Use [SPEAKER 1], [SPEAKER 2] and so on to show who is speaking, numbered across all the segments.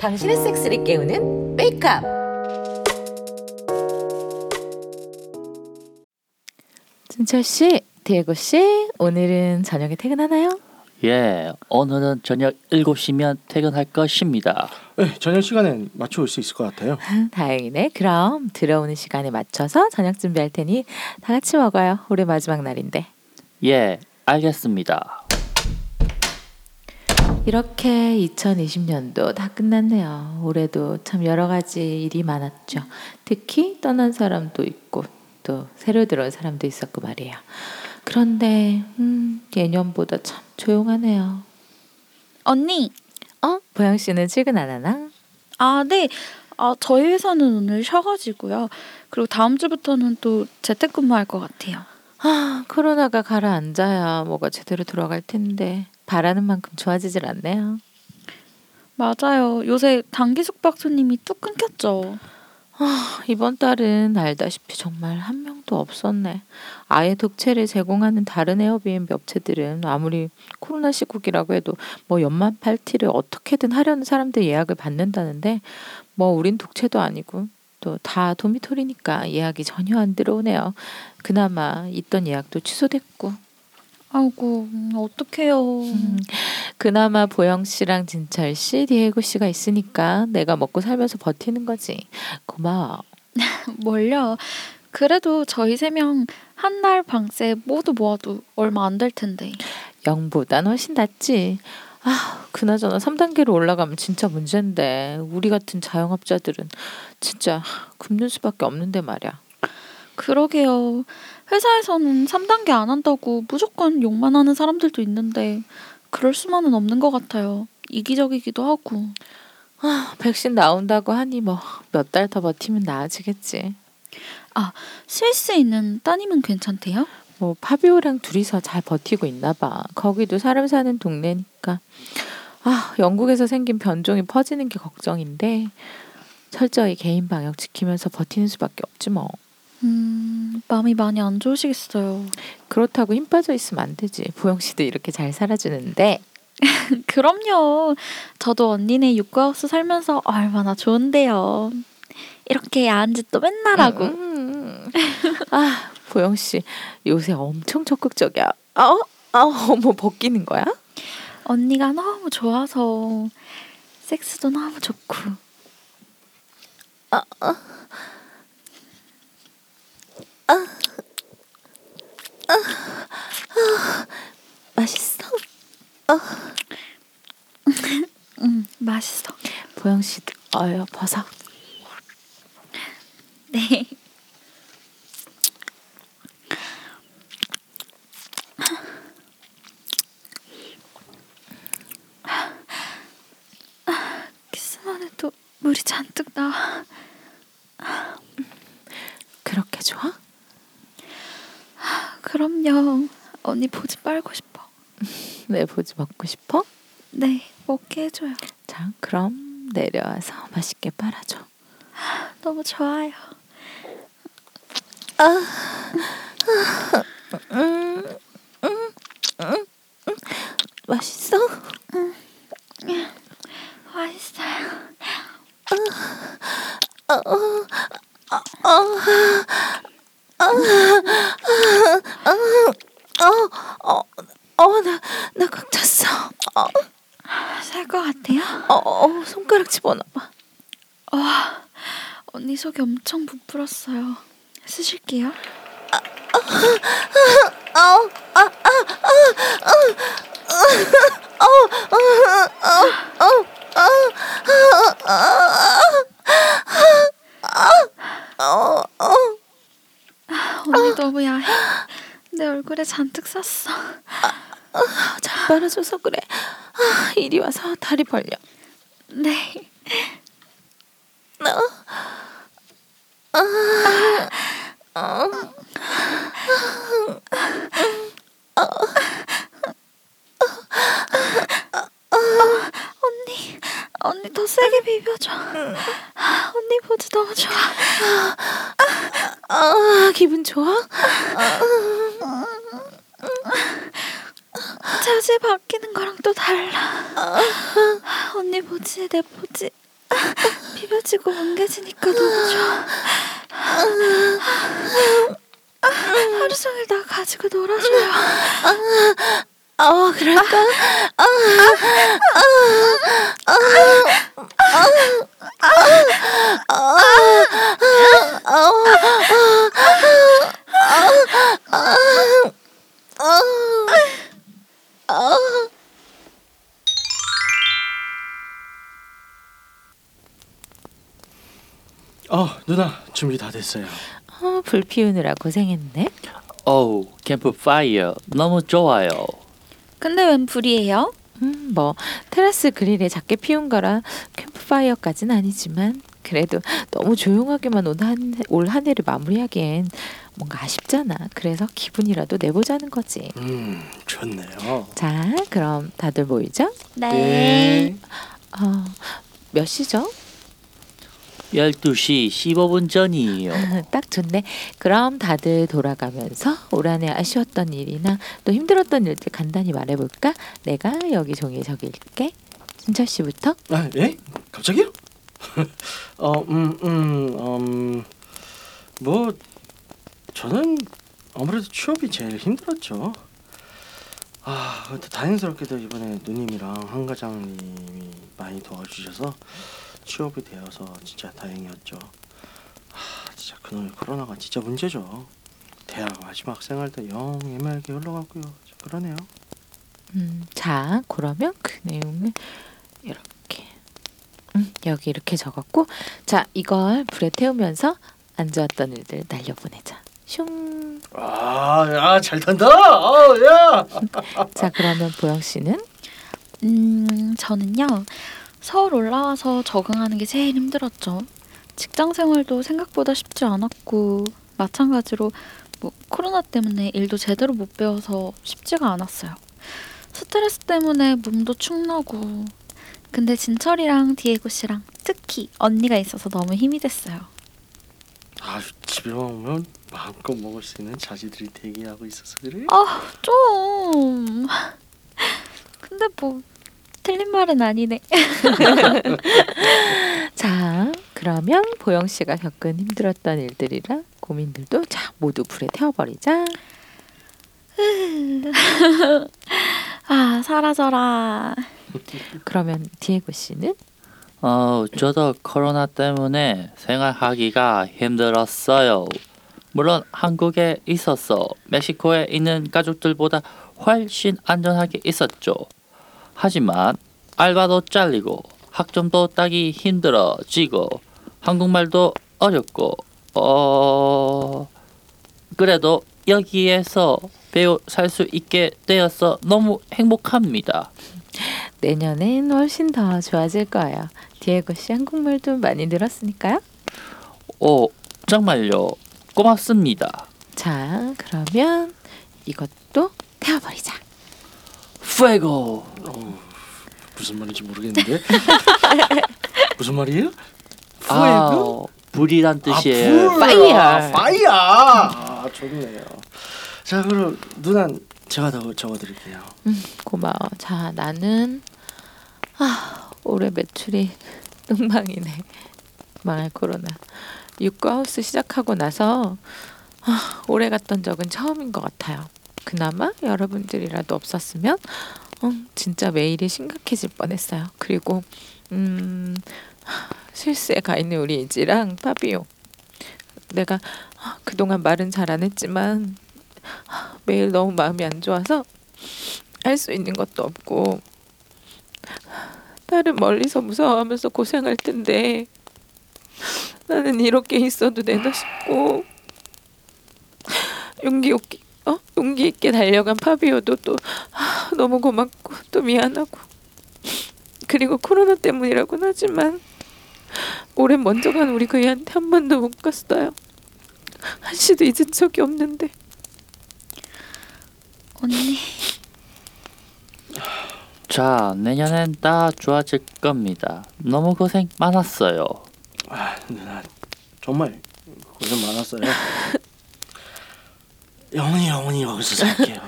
[SPEAKER 1] 당신의 섹스를 깨우는 메이크업. 준철 씨, 디에고 씨, 오늘은 저녁에 퇴근하나요?
[SPEAKER 2] 예, 오늘은 저녁 7시면 퇴근할 것입니다.
[SPEAKER 3] 네, 저녁 시간엔 맞춰올 수 있을 것 같아요.
[SPEAKER 1] 다행이네. 그럼 들어오는 시간에 맞춰서 저녁 준비할 테니 다 같이 먹어요. 올해 마지막 날인데.
[SPEAKER 2] 예, 알겠습니다.
[SPEAKER 1] 이렇게 2020년도 다 끝났네요. 올해도 참 여러 가지 일이 많았죠. 특히 떠난 사람도 있고 또 새로 들어온 사람도 있었고 말이에요. 그런데 음, 예년보다 참 조용하네요.
[SPEAKER 4] 언니,
[SPEAKER 1] 어? 보영 씨는 출근 안 하나?
[SPEAKER 4] 아, 네. 아, 저희 회사는 오늘 쉬어가지고요. 그리고 다음 주부터는 또 재택근무할 것 같아요.
[SPEAKER 1] 아, 코로나가 가라앉아야 뭐가 제대로 돌아갈 텐데 바라는 만큼 좋아지질 않네요.
[SPEAKER 4] 맞아요. 요새 단기 숙박 손님이 뚝 끊겼죠.
[SPEAKER 1] 이번 달은 알다시피 정말 한 명도 없었네. 아예 독채를 제공하는 다른 에어비앤비 업체들은 아무리 코로나 시국이라고 해도 뭐 연말 팔티를 어떻게든 하려는 사람들 예약을 받는다는데 뭐 우린 독채도 아니고 또 다 도미토리니까 예약이 전혀 안 들어오네요. 그나마 있던 예약도 취소됐고 음,
[SPEAKER 4] 아이고, 음, 어떡해요.
[SPEAKER 1] 그나마 보영 씨랑 진철 씨, 디에고 씨가 있으니까 내가 먹고 살면서 버티는 거지. 고마워.
[SPEAKER 4] 뭘요. 그래도 저희 세 명 한 달 방세 모두 모아도 얼마 안 될 텐데.
[SPEAKER 1] 0보단 훨씬 낫지. 아, 그나저나 3단계로 올라가면 진짜 문제인데 우리 같은 자영업자들은 진짜 굶는 수밖에 없는데 말이야.
[SPEAKER 4] 그러게요. 회사에서는 3단계 안 한다고 무조건 욕만 하는 사람들도 있는데 그럴 수만은 없는 것 같아요. 이기적이기도 하고.
[SPEAKER 1] 아, 백신 나온다고 하니 뭐 몇 달 더 버티면 나아지겠지.
[SPEAKER 4] 스위스 있는 따님은 괜찮대요?
[SPEAKER 1] 뭐 파비오랑 둘이서 잘 버티고 있나 봐. 거기도 사람 사는 동네니까. 아, 영국에서 생긴 변종이 퍼지는 게 걱정인데 철저히 개인 방역 지키면서 버티는 수밖에 없지 뭐.
[SPEAKER 4] 음, 마음이 많이 안 좋으시겠어요.
[SPEAKER 1] 그렇다고 힘 빠져 있으면 안 되지. 보영 씨도 이렇게 잘 살아주는데.
[SPEAKER 4] 그럼요. 저도 언니네 육구하우스 살면서 얼마나 좋은데요. 이렇게 야한 짓도 맨날 하고.
[SPEAKER 1] 음. 아, 보영 씨 요새 엄청 적극적이야. 아, 어? 아, 어머 벗기는 거야?
[SPEAKER 4] 언니가 너무 좋아서 섹스도 너무 좋고.
[SPEAKER 1] 맛있어.
[SPEAKER 4] 음, 맛있어.
[SPEAKER 1] 보영 씨 어여 벗어.
[SPEAKER 4] 네. 키스만 해도 물이 잔뜩 나.
[SPEAKER 1] 그렇게 좋아?
[SPEAKER 4] 그럼요. 언니 보지 빨고 싶어.
[SPEAKER 1] 내 보지 먹고 싶어?
[SPEAKER 4] 네, 먹게 해줘요.
[SPEAKER 1] 자, 그럼 내려와서 맛있게 빨아줘.
[SPEAKER 4] 너무 좋아요.
[SPEAKER 1] 맛있어?
[SPEAKER 4] 맛있어요.
[SPEAKER 1] 어, 나, 나 꽉 찼어.
[SPEAKER 4] 살 것 같아요?
[SPEAKER 1] 어, 어, 손가락 집어넣어봐.
[SPEAKER 4] 언니 속이 엄청 부풀었어요. 쓰실게요. 언니 너무 야해. 내 얼굴에 잔뜩 쌌어.
[SPEAKER 1] 아, 잘 빨아줘서 그래. 아, 이리 와서 다리 벌려.
[SPEAKER 4] 네. 언니, 언니 더 세게 비벼줘. 언니 보지 너무 좋아.
[SPEAKER 1] 어, 아, 기분 좋아?
[SPEAKER 4] 자세 바뀌는 거랑 또 달라. 언니 보지 내 보지 비벼지고 뭉개지니까 너무 좋아. 하루 종일 나 가지고 놀아줘요.
[SPEAKER 5] 어, 그럴까?
[SPEAKER 3] 아 누나 준비 다 됐어요.
[SPEAKER 1] 어, 불 피우느라 고생했네.
[SPEAKER 2] 어우 캠프 파이어 너무 좋아요.
[SPEAKER 4] 근데 웬 불이에요?
[SPEAKER 1] 음, 뭐 테라스 그릴에 작게 피운 거라 캠프파이어까진 아니지만 그래도 너무 조용하게만 올한 해를 마무리하기엔 뭔가 아쉽잖아. 그래서 기분이라도 내보자는 거지.
[SPEAKER 3] 음 좋네요.
[SPEAKER 1] 자, 그럼 다들 모이죠?
[SPEAKER 4] 네.
[SPEAKER 3] 네.
[SPEAKER 1] 어, 몇 시죠?
[SPEAKER 2] 12시 15분 전이에요.
[SPEAKER 1] 딱 좋네. 그럼 다들 돌아가면서 올 한 해 아쉬웠던 일이나 또 힘들었던 일들 간단히 말해볼까? 내가 여기 종이에 적일게. 순철 씨부터.
[SPEAKER 3] 아 예? 갑자기요? 어, 음, 어음음음뭐 저는 아무래도 취업이 제일 힘들었죠. 아 근데 다행스럽게도 이번에 누님이랑 한 과장님이 많이 도와주셔서 취업이 되어서 진짜 다행이었죠. 아 진짜 그놈의 코로나가 진짜 문제죠. 대학 마지막 생활도 영 애매하게 흘러갔고요. 그러네요.
[SPEAKER 1] 음, 자, 그러면 그 내용을 이렇게 음, 여기 이렇게 적었고, 자 이걸 불에 태우면서 안 좋았던 일들 날려보내자. 슝.
[SPEAKER 3] 아아잘 탄다. 아야.
[SPEAKER 1] 자 그러면 보영 씨는
[SPEAKER 4] 음, 저는요. 서울 올라와서 적응하는 게 제일 힘들었죠. 직장 생활도 생각보다 쉽지 않았고 마찬가지로 뭐 코로나 때문에 일도 제대로 못 배워서 쉽지가 않았어요. 스트레스 때문에 몸도 축나고 근데 진철이랑 디에고 씨랑 특히 언니가 있어서 너무 힘이 됐어요.
[SPEAKER 3] 아 집에 오면 마음껏 먹을 수 있는 자지들이 대기하고 있어서 그래.
[SPEAKER 2] 아,
[SPEAKER 4] 아, 좀 근데 뭐 틀린 말은 아니네.
[SPEAKER 1] 자 그러면 보영 씨가 겪은 힘들었던 일들이랑 고민들도 자 모두 불에 태워버리자.
[SPEAKER 4] 아 사라져라.
[SPEAKER 1] 그러면 디에고 씨는
[SPEAKER 2] 어, 저도 코로나 때문에 생활하기가 힘들었어요. 물론 한국에 있어서 멕시코에 있는 가족들보다 훨씬 안전하게 있었죠. 하지만 알바도 잘리고 학점도 따기 힘들어지고 한국말도 어렵고 어 그래도 여기에서 배우 살 수 있게 되어서 너무 행복합니다.
[SPEAKER 1] 내년엔 훨씬 더 좋아질 거예요. 디에고 씨 한국말도 많이 늘었으니까요.
[SPEAKER 2] 오 정말요 고맙습니다.
[SPEAKER 1] 자 그러면 이것도 태워버리자.
[SPEAKER 2] Fuego.
[SPEAKER 3] 어, 무슨 말인지 모르겠는데. 무슨 말이에요?
[SPEAKER 2] 아, 불이란 뜻이에요.
[SPEAKER 1] 파이어.
[SPEAKER 3] 파이어. 파이어. 아, 좋네요. 자 그럼 누나 제가 더 적어드릴게요.
[SPEAKER 1] 고마워. 자, 나는 아, 올해 매출이 똥망이네. 망할 코로나. 육구하우스 시작하고 나서 아, 오래 갔던 적은 처음인 것 같아요. 그나마 여러분들이라도 없었으면 음, 진짜 매일이 심각해질 뻔했어요. 그리고 음, 실수에 가 있는 우리 이지랑 파비오. 내가 아, 그동안 말은 잘 안 했지만 아, 매일 너무 마음이 안 좋아서 할 수 있는 것도 없고 딸은 멀리서 무서워하면서 고생할 텐데 나는 이렇게 있어도 되나 싶고 용기 있게 어 용기 있게 달려간 파비오도 또 아, 너무 고맙고 또 미안하고 그리고 코로나 때문이라고는 하지만 올해 먼저 간 우리 그이한테 한 번도 못 갔어요 한시도 잊은 적이 없는데
[SPEAKER 4] 언니
[SPEAKER 2] 자, 내년엔 다 좋아질 겁니다. 너무 고생 많았어요.
[SPEAKER 3] 아 누나 정말 고생 많았어요. 영원히 영원히 여기서 살게요.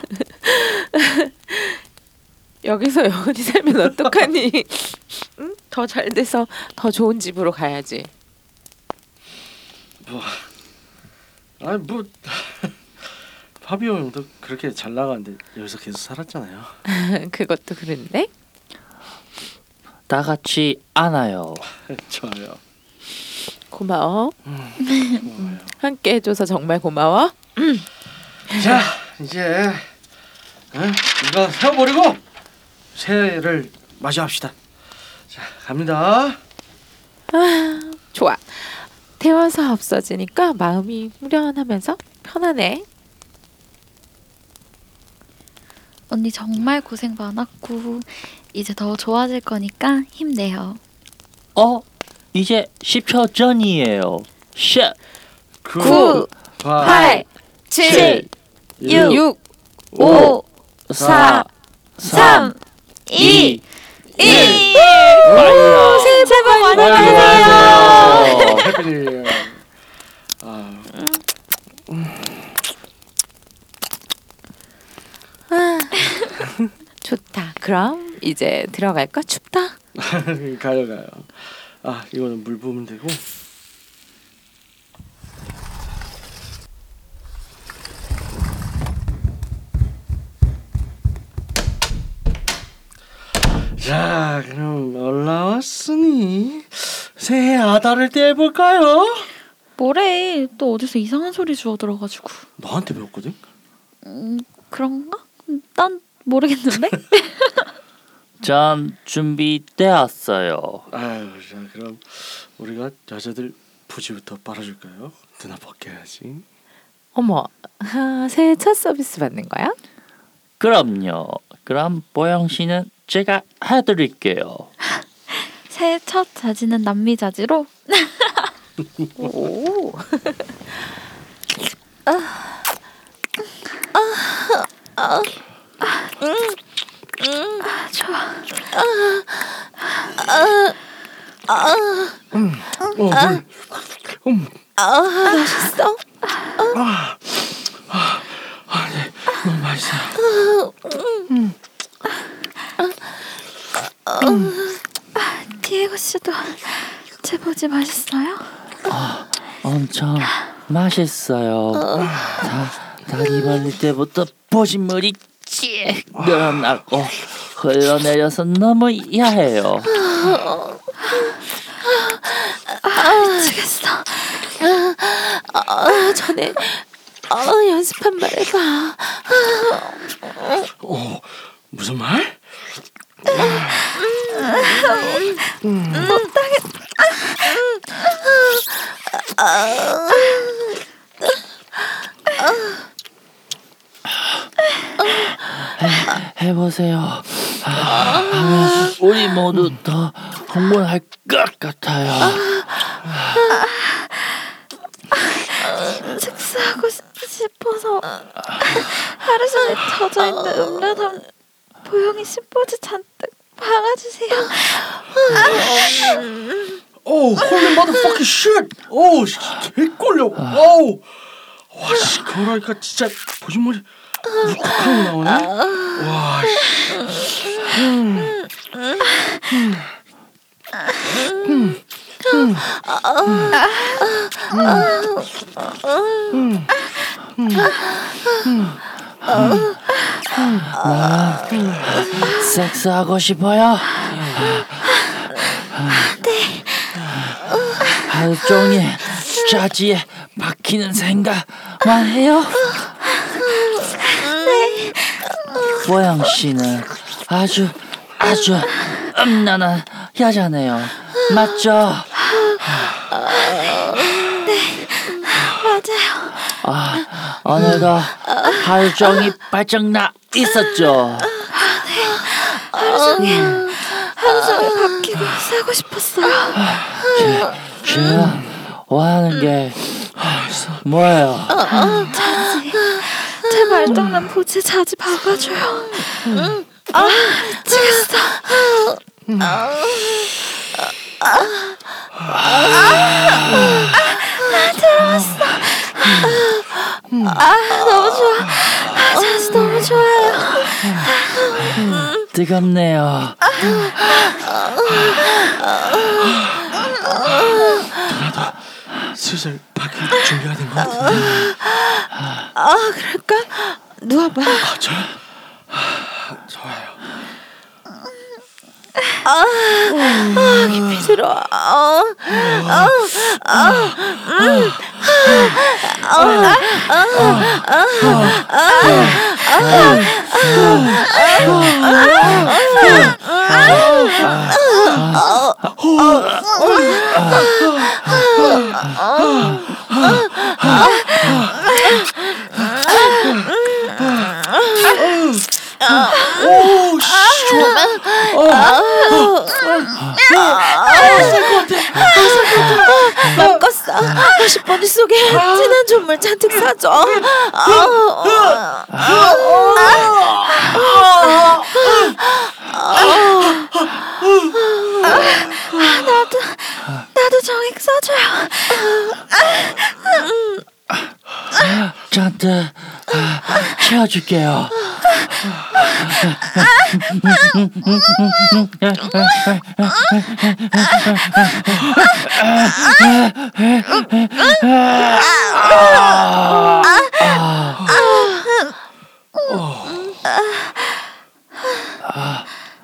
[SPEAKER 1] 여기서 영원히 살면 어떡하니? 응? 더 잘 돼서 더 좋은 집으로 가야지.
[SPEAKER 3] 뭐, 아니 뭐 파비오 형도 그렇게 잘 나가는데 여기서 계속 살았잖아요.
[SPEAKER 1] 그것도 그런데
[SPEAKER 2] 다 같이 안아요.
[SPEAKER 3] 좋아요.
[SPEAKER 1] 고마워.
[SPEAKER 3] 고마워요.
[SPEAKER 1] 함께 해줘서 정말 고마워.
[SPEAKER 3] 자 이제 어? 이거 세워버리고 새해를 맞이합시다. 자 갑니다.
[SPEAKER 1] 좋아. 태워서 없어지니까 마음이 후련하면서 편하네.
[SPEAKER 4] 언니 정말 고생 많았고 이제 더 좋아질 거니까 힘내요.
[SPEAKER 2] 어? 이제 10초 전이에요. 쉣!
[SPEAKER 1] 구,
[SPEAKER 3] 팔, 칠, 육,
[SPEAKER 1] 육,
[SPEAKER 3] 오,
[SPEAKER 2] 사,
[SPEAKER 5] 삼, 이,
[SPEAKER 2] 이,
[SPEAKER 5] 이.
[SPEAKER 2] 빨리요.
[SPEAKER 5] 새해 복 많이
[SPEAKER 2] 안녕하세요.
[SPEAKER 3] 어, 해피뉴. 아
[SPEAKER 1] 좋다. 그럼 이제 들어갈까? 춥다.
[SPEAKER 3] 가요 가요. 아 이거는 물 부으면 되고. 자 그럼 올라왔으니 새해 아다를 떼볼까요?
[SPEAKER 4] 뭐래 또 어디서 이상한 소리 주워 들어가지고
[SPEAKER 3] 너한테 배웠거든.
[SPEAKER 4] 음, 그런가? 난 모르겠는데.
[SPEAKER 2] 전 준비되었어요.
[SPEAKER 3] 아유 자 그럼 우리가 여자들 부지부터 빨아줄까요? 누나 벗겨야지.
[SPEAKER 1] 어머, 아, 새해 첫 서비스 받는 거야?
[SPEAKER 2] 그럼요. 그럼 보영 씨는 제가 해드릴게요.
[SPEAKER 4] 새해 첫 자지는 남미 자지로
[SPEAKER 1] 오,
[SPEAKER 3] 어, 물. 음.
[SPEAKER 5] 아, 맛있어?
[SPEAKER 3] 아, 아, 아, 네, 너무 맛있어.
[SPEAKER 4] 디에고 씨도 제보지 맛있어요?
[SPEAKER 2] 엄청 맛있어요. 다, 다리 발릴 때부터 보신물이 찌익 늘어나고 흘러내려서 너무 야해요.
[SPEAKER 4] 미치겠어.
[SPEAKER 5] 아, 전에 아, 연습 한 번 해봐.
[SPEAKER 3] 오, 무슨 말?
[SPEAKER 2] 해보세요. 아, 하면 우리 모두 더 흥분할 것 같아요.
[SPEAKER 4] 식사하고 싶- 싶어서 하루 종일 젖어 있는 음료담 보영이 심보지 잔뜩 박아주세요.
[SPEAKER 3] 오, 홀리 motherfucking shit. 오, 씨, 개꼴려. 오, 와, 씨, 그러니까 진짜 보신물이 묵하고 나오네. 와, 씨.
[SPEAKER 2] 섹스하고 싶어요. 네. 하루 종일 자지에 박히는 생각만 해요. 네. 보영 씨는 아주 아주 음란한 여자네요. 맞죠? 네, 맞아요. 아, 오늘도 하루 종일 발정 나 있었죠.
[SPEAKER 4] 하루 종일 바뀌고 싸고 싶었어요.
[SPEAKER 2] 제가
[SPEAKER 3] 음.
[SPEAKER 2] 원하는 게 아, 뭐예요?
[SPEAKER 3] 어.
[SPEAKER 4] 제 말장난 보지 자지 박아줘요.
[SPEAKER 5] 아, 너무 좋아. 아, 자수 너무 좋아요.
[SPEAKER 2] 뜨겁네요.
[SPEAKER 3] 슬슬 밖에 준비가 된 것 같은데
[SPEAKER 5] 아, 그럴까? 누워봐.
[SPEAKER 3] 아, 저 아, 좋아요
[SPEAKER 5] 들어. 어. 꺾었어. 다시 머릿속에 진한 존물 잔뜩 사줘. 아, 어. 아,
[SPEAKER 4] 나도 정액 써줘요.
[SPEAKER 2] 저한테 아, 채워줄게요.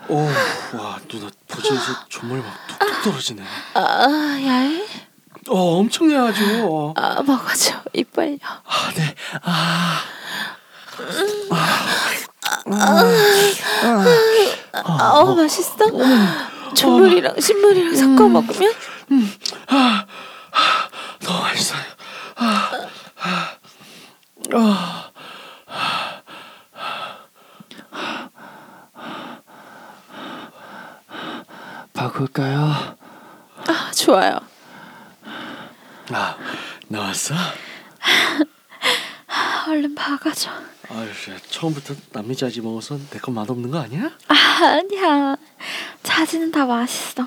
[SPEAKER 3] 오와 누나 보지에서 정말 막 툭툭 떨어지네
[SPEAKER 1] 아, 야해.
[SPEAKER 3] 어 엄청나가지고
[SPEAKER 1] 아, 먹어줘. 이빨려.
[SPEAKER 3] 아네
[SPEAKER 1] 아. 음. 어, 맛있어? 조물이랑 신물이랑 섞어 먹으면?
[SPEAKER 3] 너무 맛있어요
[SPEAKER 2] 바꿀까요?
[SPEAKER 1] 아, 좋아요.
[SPEAKER 3] 아 나왔어?
[SPEAKER 4] 아, 얼른 박아줘.
[SPEAKER 3] 아유 야, 처음부터 남미 자지 먹어서 내건 맛없는 거 아니야?
[SPEAKER 4] 아, 아니야. 자지는 다 맛있어.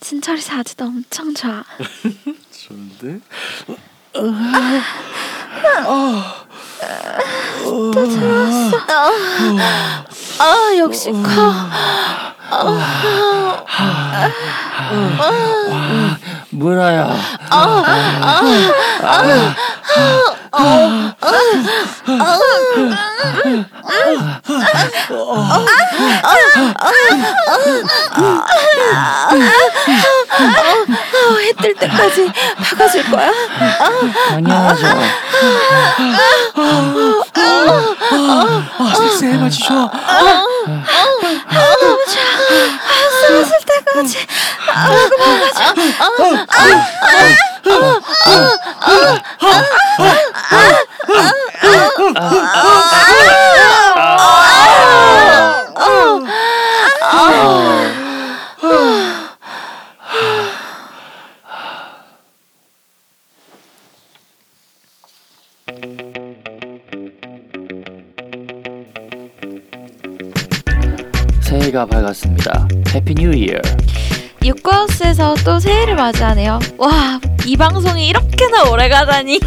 [SPEAKER 4] 진철이 자지도 엄청 좋아.
[SPEAKER 3] 좋은데
[SPEAKER 1] 아, 역시 커.
[SPEAKER 2] 물어요.
[SPEAKER 1] 어, 해뜰 때까지 박아줄 거야?
[SPEAKER 2] 당연하죠.
[SPEAKER 3] 아 섹스해 맞추죠
[SPEAKER 4] 쓰러질 때까지
[SPEAKER 2] 새해가 밝았습니다. 해피 뉴 이어.
[SPEAKER 4] 육구하우스에서 또 새해를 맞이하네요. 와, 이 방송이 이렇게나 오래 가다니.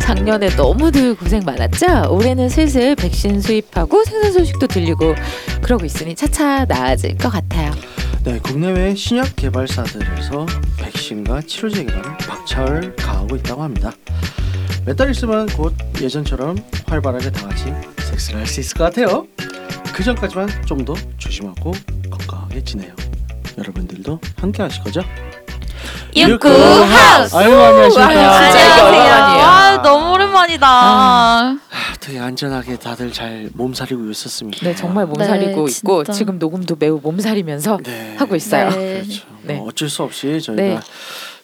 [SPEAKER 1] 작년에 너무들 고생 많았죠? 올해는 슬슬 백신 수입하고 생산 소식도 들리고 그러고 있으니 차차 나아질 것 같아요.
[SPEAKER 3] 네, 국내외 신약 개발사들에서 백신과 치료제 개발을 박차를 가하고 있다고 합니다. 몇 달 있으면 곧 예전처럼 활발하게 다 같이 섹스를 할 수 있을 것 같아요. 그 전까지만 좀 더 조심하고 건강하게 지내요. 여러분들도 함께 하실 거죠?
[SPEAKER 4] 육구하우스.
[SPEAKER 3] 아유, 안녕하십니까.
[SPEAKER 1] 진짜 이게
[SPEAKER 4] 안녕하세요.
[SPEAKER 1] 오랜만이야.
[SPEAKER 4] 아, 너무 오랜만이다.
[SPEAKER 1] 아,
[SPEAKER 3] 되게 안전하게 다들 잘 몸살이고 있었습니다.
[SPEAKER 1] 네, 정말 몸살이고
[SPEAKER 4] 네,
[SPEAKER 1] 있고
[SPEAKER 4] 진짜.
[SPEAKER 1] 지금 녹음도 매우 몸살이면서
[SPEAKER 3] 네.
[SPEAKER 1] 하고 있어요.
[SPEAKER 4] 네.
[SPEAKER 3] 그렇죠.
[SPEAKER 1] 네.
[SPEAKER 3] 뭐 어쩔 수 없이 저희가
[SPEAKER 1] 네.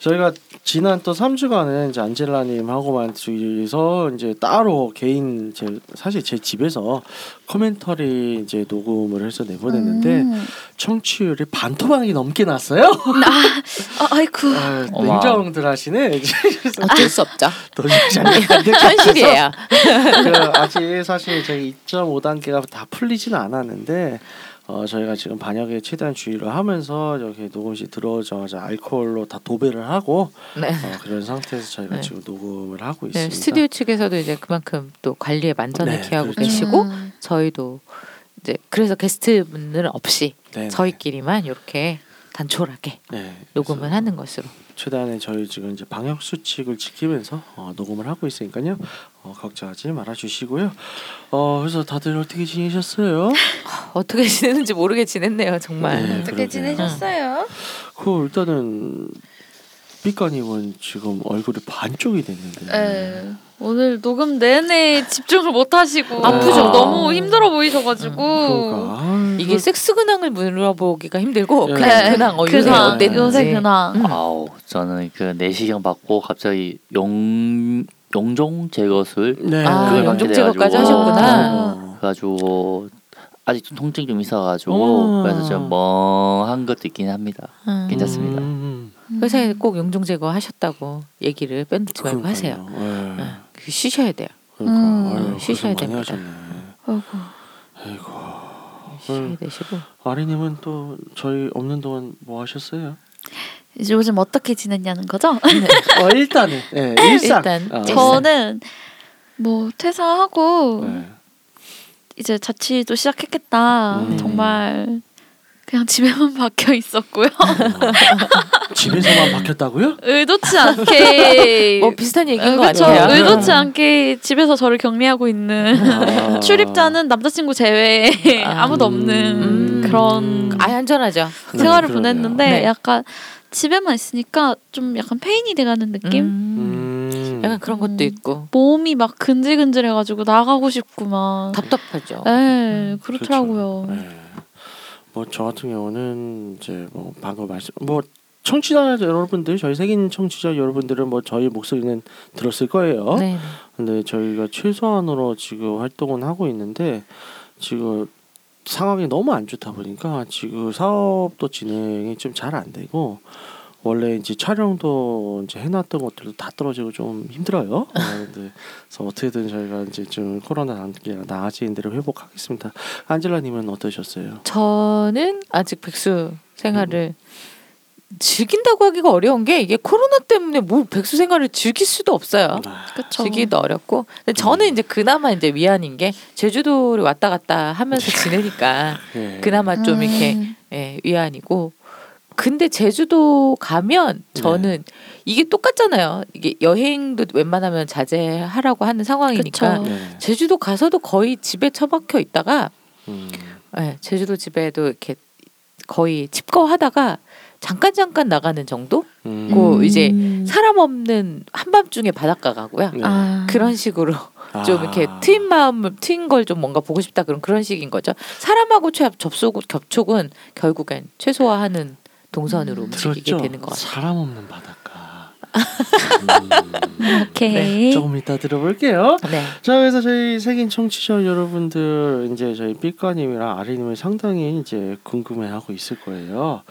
[SPEAKER 3] 저희가 지난 또 3주간은 이제 안젤라님하고만 둘이서 이제 따로 개인 제 사실 제 집에서 커멘터리 이제 녹음을 해서 내보냈는데
[SPEAKER 4] 음.
[SPEAKER 3] 청취율이 반토막이 넘게 났어요.
[SPEAKER 4] 아, 아이쿠.
[SPEAKER 3] 아,
[SPEAKER 2] 어머.
[SPEAKER 3] 냉정들 하시네. 이제
[SPEAKER 1] 어쩔 수 없죠.
[SPEAKER 3] 더 잘안될것 같아서
[SPEAKER 1] 현실이에요.
[SPEAKER 3] 그 아직 사실 저희 2.5 단계가 다 풀리지는 않았는데 어 저희가 지금 반역에 최대한 주의를 하면서 여기 녹음실 들어오자마자 알코올로 다 도배를 하고
[SPEAKER 1] 네.
[SPEAKER 3] 어, 그런 상태에서 저희가
[SPEAKER 1] 네.
[SPEAKER 3] 지금 녹음을 하고 있습니다.
[SPEAKER 1] 네, 스튜디오 측에서도 이제 그만큼 또 관리에 만전을
[SPEAKER 3] 네,
[SPEAKER 1] 기하고
[SPEAKER 3] 그렇죠.
[SPEAKER 1] 계시고
[SPEAKER 4] 음.
[SPEAKER 1] 저희도 이제 그래서 게스트분들은 없이
[SPEAKER 3] 네,
[SPEAKER 1] 저희끼리만 이렇게 단촐하게
[SPEAKER 3] 네,
[SPEAKER 1] 녹음을
[SPEAKER 3] 그래서
[SPEAKER 1] 하는 것으로.
[SPEAKER 3] 최대한의 저희 지금 이제 방역 수칙을 지키면서 어, 녹음을 하고 있으니까요. 어, 걱정하지 말아 주시고요. 어, 그래서 다들 어떻게 지내셨어요?
[SPEAKER 1] 어떻게 지내는지 모르게 지냈네요 정말.
[SPEAKER 3] 네,
[SPEAKER 5] 어떻게
[SPEAKER 3] 그러게요.
[SPEAKER 5] 지내셨어요?
[SPEAKER 3] 그 일단은 삐까님은 지금 얼굴이 반쪽이 됐는데.
[SPEAKER 4] 네. 오늘 녹음 내내 집중을 못 하시고
[SPEAKER 1] 아프죠?
[SPEAKER 4] 너무 힘들어 보이셔가지고
[SPEAKER 3] 그러니까 아,
[SPEAKER 1] 이게 섹스 근황을 물어보기가 힘들고
[SPEAKER 3] 예.
[SPEAKER 1] 그냥
[SPEAKER 3] 네.
[SPEAKER 1] 근황 어 요새
[SPEAKER 3] 근황,
[SPEAKER 1] 어땠는지.
[SPEAKER 4] 요새 근황
[SPEAKER 1] 음.
[SPEAKER 2] 아우 저는 그 내시경 받고 갑자기 용 용종 제거술
[SPEAKER 3] 네.
[SPEAKER 1] 아
[SPEAKER 2] 그걸
[SPEAKER 1] 영종
[SPEAKER 2] 받게
[SPEAKER 1] 제거까지
[SPEAKER 2] 돼가지고.
[SPEAKER 1] 하셨구나.
[SPEAKER 3] 어.
[SPEAKER 2] 그래가지고 아직도 통증 좀 있어가지고
[SPEAKER 3] 오.
[SPEAKER 2] 그래서 좀 멍한 것도 있긴 합니다.
[SPEAKER 1] 음.
[SPEAKER 2] 괜찮습니다.
[SPEAKER 3] 음,
[SPEAKER 1] 회사에 꼭 영종 제거 하셨다고 얘기를 빼놓지 말고 하세요.
[SPEAKER 3] 그러니까요. 예.
[SPEAKER 1] 네. 그 쉬셔야 돼요.
[SPEAKER 3] 그러니까
[SPEAKER 4] 음.
[SPEAKER 3] 아유,
[SPEAKER 1] 쉬셔야
[SPEAKER 3] 고생 많이
[SPEAKER 1] 됩니다.
[SPEAKER 3] 하셨네.
[SPEAKER 4] 아이고.
[SPEAKER 3] 아이고.
[SPEAKER 1] 쉬셔야 되시고.
[SPEAKER 3] 아리님은 또 저희 없는 동안 뭐 하셨어요?
[SPEAKER 4] 이제 요즘 어떻게 지냈냐는 거죠?
[SPEAKER 1] 아,
[SPEAKER 3] 어, 일단은 네, 일상.
[SPEAKER 1] 일단
[SPEAKER 3] 아,
[SPEAKER 4] 저는 뭐 퇴사하고
[SPEAKER 3] 네.
[SPEAKER 4] 이제 자취도 시작했겠다.
[SPEAKER 1] 네.
[SPEAKER 3] 음.
[SPEAKER 4] 정말 그냥 집에만 박혀 있었고요.
[SPEAKER 3] 어. 집에서만 박혔다고요?
[SPEAKER 4] 의도치 않게
[SPEAKER 1] 뭐 비슷한 얘기인
[SPEAKER 4] 어,
[SPEAKER 1] 거
[SPEAKER 4] 그쵸.
[SPEAKER 1] 아니에요? 음.
[SPEAKER 4] 의도치 않게 집에서 저를 격리하고 있는
[SPEAKER 3] 아.
[SPEAKER 4] 출입자는 남자친구 제외
[SPEAKER 1] 아.
[SPEAKER 4] 아무도 없는
[SPEAKER 1] 음.
[SPEAKER 4] 그런
[SPEAKER 1] 아예 안전하죠.
[SPEAKER 3] 음,
[SPEAKER 4] 생활을
[SPEAKER 3] 그러네요.
[SPEAKER 4] 보냈는데
[SPEAKER 1] 네.
[SPEAKER 4] 약간 집에만 있으니까 좀 약간 페인이 돼가는 느낌?
[SPEAKER 1] 음.
[SPEAKER 3] 음.
[SPEAKER 1] 약간 그런 것도
[SPEAKER 4] 음.
[SPEAKER 1] 있고
[SPEAKER 4] 몸이 막 근질근질해가지고 나가고 싶고 막.
[SPEAKER 1] 답답하죠.
[SPEAKER 4] 네 그렇더라고요.
[SPEAKER 3] 그렇죠. 네. 뭐저 같은 경우는 이제 뭐 방금 말씀 뭐 청취자 여러분들 저희 색인 청취자 여러분들은 뭐 저희 목소리는 들었을 거예요.
[SPEAKER 1] 네.
[SPEAKER 3] 근데 저희가 최소한으로 지금 활동은 하고 있는데 지금 상황이 너무 안 좋다 보니까 지금 사업도 진행이 좀 잘 안 되고 원래 이제 촬영도 이제 해놨던 것들도 다 떨어지고 좀 힘들어요. 어, 근데 그래서 어떻게든 저희가 이제 좀 코로나 단계가 나아지는 대로 회복하겠습니다. 안젤라님은 어떠셨어요?
[SPEAKER 1] 저는 아직 백수 생활을 즐긴다고 하기가 어려운 게 이게 코로나 때문에 뭘 백수 생활을 즐길 수도 없어요.
[SPEAKER 3] 아,
[SPEAKER 4] 그쵸.
[SPEAKER 1] 즐기기도 어렵고 근데 저는 이제 그나마 이제 위안인 게 제주도를 왔다 갔다 하면서 지내니까
[SPEAKER 3] 예.
[SPEAKER 1] 그나마 좀
[SPEAKER 4] 음.
[SPEAKER 1] 이렇게 예, 위안이고 근데 제주도 가면
[SPEAKER 4] 네.
[SPEAKER 1] 저는 이게 똑같잖아요. 이게 여행도 웬만하면 자제하라고 하는 상황이니까
[SPEAKER 4] 그쵸.
[SPEAKER 3] 네.
[SPEAKER 1] 제주도 가서도 거의 집에 처박혀 있다가
[SPEAKER 3] 음.
[SPEAKER 1] 예, 제주도 집에도 이렇게 거의 집거하다가 잠깐 잠깐 나가는 정도?
[SPEAKER 3] 음.
[SPEAKER 1] 고 이제
[SPEAKER 4] 음.
[SPEAKER 1] 사람 없는 한밤중에 바닷가 가고요.
[SPEAKER 3] 네.
[SPEAKER 4] 아.
[SPEAKER 1] 그런 식으로
[SPEAKER 3] 아.
[SPEAKER 1] 좀 이렇게 트인 마음을 트인 걸 좀 뭔가 보고 싶다 그런 그런 식인 거죠. 사람하고 최 접속 겹촉은 결국엔 최소화하는
[SPEAKER 3] 음,
[SPEAKER 1] 동선으로 움직이게
[SPEAKER 3] 들었죠?
[SPEAKER 1] 되는 것 같아요.
[SPEAKER 3] 사람 없는 바닷가. 음.
[SPEAKER 4] 네.
[SPEAKER 1] 예.
[SPEAKER 4] 오케이.
[SPEAKER 3] 조금 이따 들어볼게요.
[SPEAKER 1] 네.
[SPEAKER 3] 자 그래서 저희 색인 청취자 여러분들 이제 저희 삐까님이랑 아리님을 상당히 이제 궁금해하고 있을 거예요.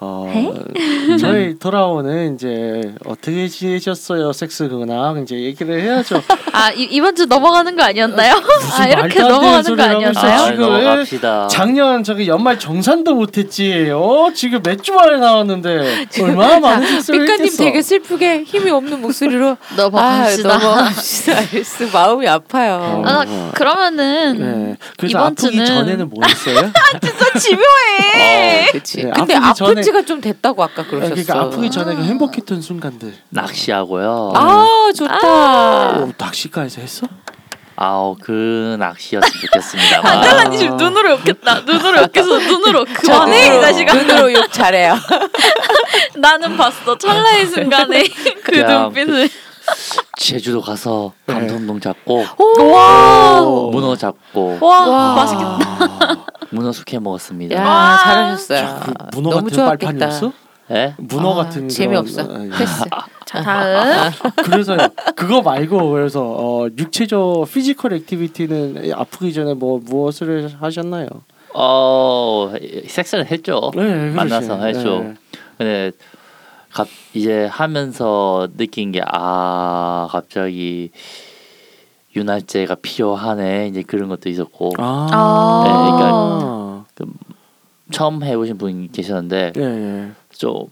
[SPEAKER 3] 어,
[SPEAKER 1] 네?
[SPEAKER 3] 저희 돌아오는 이제 어떻게 지내셨어요 섹스 근황 이제 얘기를 해야죠.
[SPEAKER 4] 아 이, 이번 주 넘어가는 거 아니었나요? 아 이렇게
[SPEAKER 3] 말도 안 되는
[SPEAKER 4] 넘어가는 거
[SPEAKER 3] 소리를 하고 있어요,
[SPEAKER 4] 아니었나요?
[SPEAKER 3] 지금.
[SPEAKER 2] 넘어갑시다.
[SPEAKER 3] 작년 저기 연말 정산도 못했지. 어 지금 몇 주 만에 나왔는데 얼마나 아, 많은 섹스를
[SPEAKER 1] 삐까님
[SPEAKER 3] 했겠어.
[SPEAKER 1] 되게 슬프게 힘이 없는 목소리로
[SPEAKER 4] 넘어갑시다.
[SPEAKER 1] 아, 넘어갑시다. 알스 마음이 아파요.
[SPEAKER 3] 어.
[SPEAKER 4] 아 그러면은
[SPEAKER 3] 네. 그래서
[SPEAKER 4] 이번
[SPEAKER 3] 아프기
[SPEAKER 4] 주는-
[SPEAKER 3] 전에는 뭐 했어요?
[SPEAKER 4] 진짜
[SPEAKER 2] 어,
[SPEAKER 4] 집요해.
[SPEAKER 1] 그치.
[SPEAKER 3] 네,
[SPEAKER 1] 근데
[SPEAKER 3] 아프기
[SPEAKER 1] 아픈
[SPEAKER 3] 전에-
[SPEAKER 1] 지가 좀 됐다고 아까 그러셨어.
[SPEAKER 3] 그러니까 아프기 전에 그 행복했던 순간들.
[SPEAKER 2] 낚시하고요.
[SPEAKER 3] 어.
[SPEAKER 1] 아 좋다.
[SPEAKER 3] 오, 어, 낚시가에서 했어?
[SPEAKER 2] 아우 그 낚시였으면 좋겠습니다.
[SPEAKER 4] 안달라니 지금 눈으로 욕했다. 눈으로 욕해서 눈으로 그만해 이
[SPEAKER 1] 눈으로-
[SPEAKER 4] 자식아.
[SPEAKER 1] 눈으로 욕 잘해요.
[SPEAKER 4] 나는 봤어. 찰나의 순간에 그
[SPEAKER 2] 야,
[SPEAKER 4] 눈빛을.
[SPEAKER 2] 제주도 가서 감성동 잡고
[SPEAKER 3] 와.
[SPEAKER 2] 문어 잡고
[SPEAKER 4] 와,
[SPEAKER 1] 와.
[SPEAKER 4] 맛있겠다.
[SPEAKER 2] 문어 숙회 먹었습니다.
[SPEAKER 1] 야
[SPEAKER 4] 와.
[SPEAKER 1] 잘하셨어요.
[SPEAKER 3] 아. 그 문어
[SPEAKER 1] 아, 너무
[SPEAKER 3] 같은
[SPEAKER 1] 좋았겠다.
[SPEAKER 3] 빨판이었어?
[SPEAKER 2] 예?
[SPEAKER 3] 문어
[SPEAKER 1] 아,
[SPEAKER 3] 같은
[SPEAKER 1] 재미없어.
[SPEAKER 3] 그런... 아, 예.
[SPEAKER 1] 패스.
[SPEAKER 4] 자, 다음.
[SPEAKER 3] 그래서 그거 말고 그래서 어, 육체적 피지컬 액티비티는 아프기 전에 뭐 무엇을 하셨나요?
[SPEAKER 2] 어 섹스는 했죠.
[SPEAKER 3] 네.
[SPEAKER 1] 네,
[SPEAKER 2] 만나서 했죠. 근데 갑 이제 하면서 느낀 게 아 갑자기 윤활제가 필요하네 이제 그런 것도 있었고
[SPEAKER 3] 아,
[SPEAKER 4] 아.
[SPEAKER 2] 네,
[SPEAKER 1] 아.
[SPEAKER 3] 그러니까.
[SPEAKER 2] 처음 해보신 분이 계셨는데
[SPEAKER 3] 예, 예.
[SPEAKER 2] 좀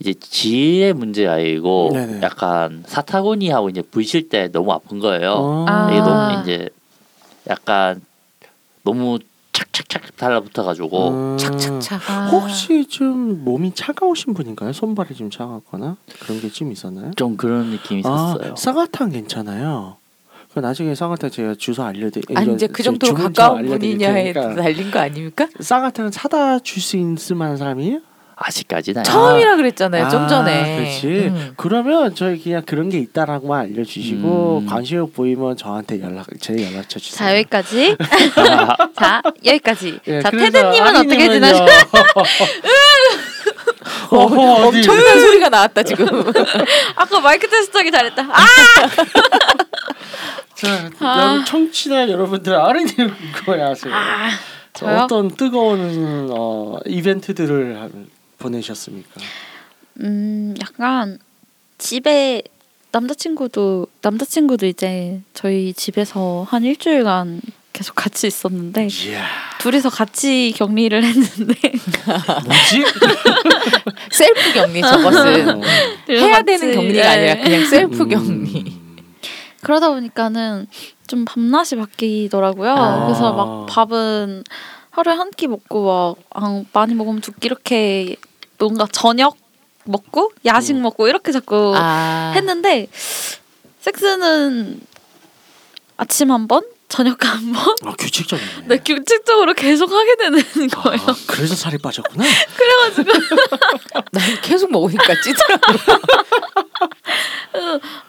[SPEAKER 2] 이제 지의 문제 아니고
[SPEAKER 3] 네네.
[SPEAKER 2] 약간 사타구니하고 이제 부딪힐 때 너무 어, 아픈 거예요.
[SPEAKER 3] 어.
[SPEAKER 4] 아.
[SPEAKER 2] 이게 너무 이제 약간 너무 착착착 달라붙어가지고
[SPEAKER 1] 착착착.
[SPEAKER 3] 아. 그러니까
[SPEAKER 4] 아.
[SPEAKER 3] 혹시 좀 몸이 차가우신 분인가요? 손발이 좀 차갑거나 그런 게 좀 있었나요?
[SPEAKER 2] 좀 그런 느낌이 있었어요.
[SPEAKER 3] 아, 쌍화탕 괜찮아요. 그 나중에 쌍화탕 제가 주소 알려드릴.
[SPEAKER 1] 아니 이제 그 정도로 가까운 분이냐에 날린 거 아닙니까?
[SPEAKER 3] 쌍화탕 사다 줄 수 있을 만한 사람이에요?
[SPEAKER 2] 아직까지는 아니-
[SPEAKER 1] 처음이라
[SPEAKER 4] 네,
[SPEAKER 1] 그랬잖아요. 좀
[SPEAKER 3] 아,
[SPEAKER 1] 전에.
[SPEAKER 3] 그렇지.
[SPEAKER 1] 음.
[SPEAKER 3] 그러면 저희 그냥 그런 게 있다라고만 알려주시고
[SPEAKER 2] 음.
[SPEAKER 3] 관심을 보이면 저한테 연락 제 연락처 주세요.
[SPEAKER 4] 자 여기까지 자 여기까지
[SPEAKER 3] 예,
[SPEAKER 4] 자
[SPEAKER 3] 그래서
[SPEAKER 4] 테드님은 어떻게
[SPEAKER 3] 아린이는요.
[SPEAKER 4] 지나셨
[SPEAKER 3] 어, 어디-
[SPEAKER 1] 엄청난 소리가 나왔다 지금.
[SPEAKER 4] 아까 마이크 테스트하기 잘했다 아
[SPEAKER 3] 자,
[SPEAKER 4] 아.
[SPEAKER 3] 여러분 청취자 여러분들 아린이를 궁금해하세요.
[SPEAKER 4] 저요
[SPEAKER 3] 어떤 뜨거운 어, 이벤트들을 하- 보내셨습니까?
[SPEAKER 4] 음 약간 집에 남자친구도 남자친구도 이제 저희 집에서 한 일주일간 계속 같이 있었는데
[SPEAKER 3] 이야,
[SPEAKER 4] 둘이서 같이 격리를 했는데
[SPEAKER 3] 뭐지? 어.
[SPEAKER 1] 셀프 격리 저것은
[SPEAKER 4] 둘이서
[SPEAKER 1] 해야
[SPEAKER 4] 같이,
[SPEAKER 1] 되는 격리가
[SPEAKER 4] 예.
[SPEAKER 1] 아니라 그냥 셀프
[SPEAKER 3] 음.
[SPEAKER 1] 격리.
[SPEAKER 4] 그러다 보니까는 좀 밤낮이 바뀌더라고요.
[SPEAKER 3] 아.
[SPEAKER 4] 그래서 막 밥은 하루에 한 끼 먹고 막 아, 많이 먹으면 두 끼 이렇게 뭔가 저녁 먹고 야식
[SPEAKER 3] 음.
[SPEAKER 4] 먹고 이렇게 자꾸
[SPEAKER 1] 아.
[SPEAKER 4] 했는데 섹스는 아침 한 번, 저녁 한 번,
[SPEAKER 3] 아, 규칙적이네.
[SPEAKER 4] 네, 규칙적으로 계속 하게 되는
[SPEAKER 3] 아,
[SPEAKER 4] 거예요.
[SPEAKER 3] 그래서 살이 빠졌구나.
[SPEAKER 1] 난 계속 먹으니까 찌더라고.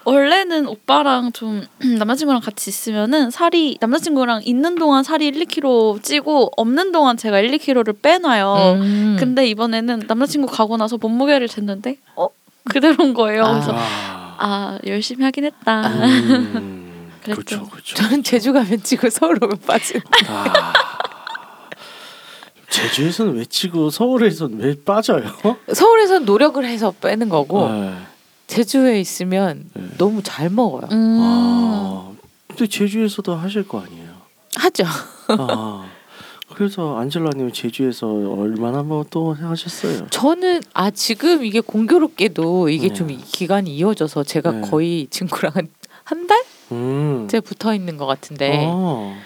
[SPEAKER 4] 원래는 오빠랑 좀 남자친구랑 같이 있으면은 살이 남자친구랑 있는 동안 살이 1, 2kg 찌고 없는 동안 제가 1, 2kg를 빼놔요.
[SPEAKER 1] 음.
[SPEAKER 4] 근데 이번에는 남자친구 가고 나서 몸무게를 쟀는데 어 그대로인 거예요.
[SPEAKER 1] 아.
[SPEAKER 4] 그래서
[SPEAKER 3] 아,
[SPEAKER 4] 아 열심히 하긴 했다.
[SPEAKER 3] 음,
[SPEAKER 4] 그랬죠.
[SPEAKER 3] 그렇죠, 그렇죠.
[SPEAKER 1] 저는 제주 가면 찌고 서울 오면 빠지는.
[SPEAKER 3] 아, 제주에서는 왜 치고 서울에서는 왜 빠져요?
[SPEAKER 1] 서울에서 노력을 해서 빼는 거고
[SPEAKER 3] 네.
[SPEAKER 1] 제주에 있으면
[SPEAKER 3] 네.
[SPEAKER 1] 너무 잘 먹어요.
[SPEAKER 4] 음.
[SPEAKER 3] 아, 근데 제주에서도 하실 거 아니에요?
[SPEAKER 1] 하죠.
[SPEAKER 3] 아, 그래서 안젤라님 제주에서 얼마나 뭐또 하셨어요?
[SPEAKER 1] 저는 아 지금 이게 공교롭게도 이게
[SPEAKER 3] 네.
[SPEAKER 1] 좀 이- 기간이 이어져서 제가
[SPEAKER 3] 네.
[SPEAKER 1] 거의 친구랑 한한 달째
[SPEAKER 3] 음.
[SPEAKER 1] 붙어 있는 것
[SPEAKER 4] 네.
[SPEAKER 1] 같은데
[SPEAKER 3] 어.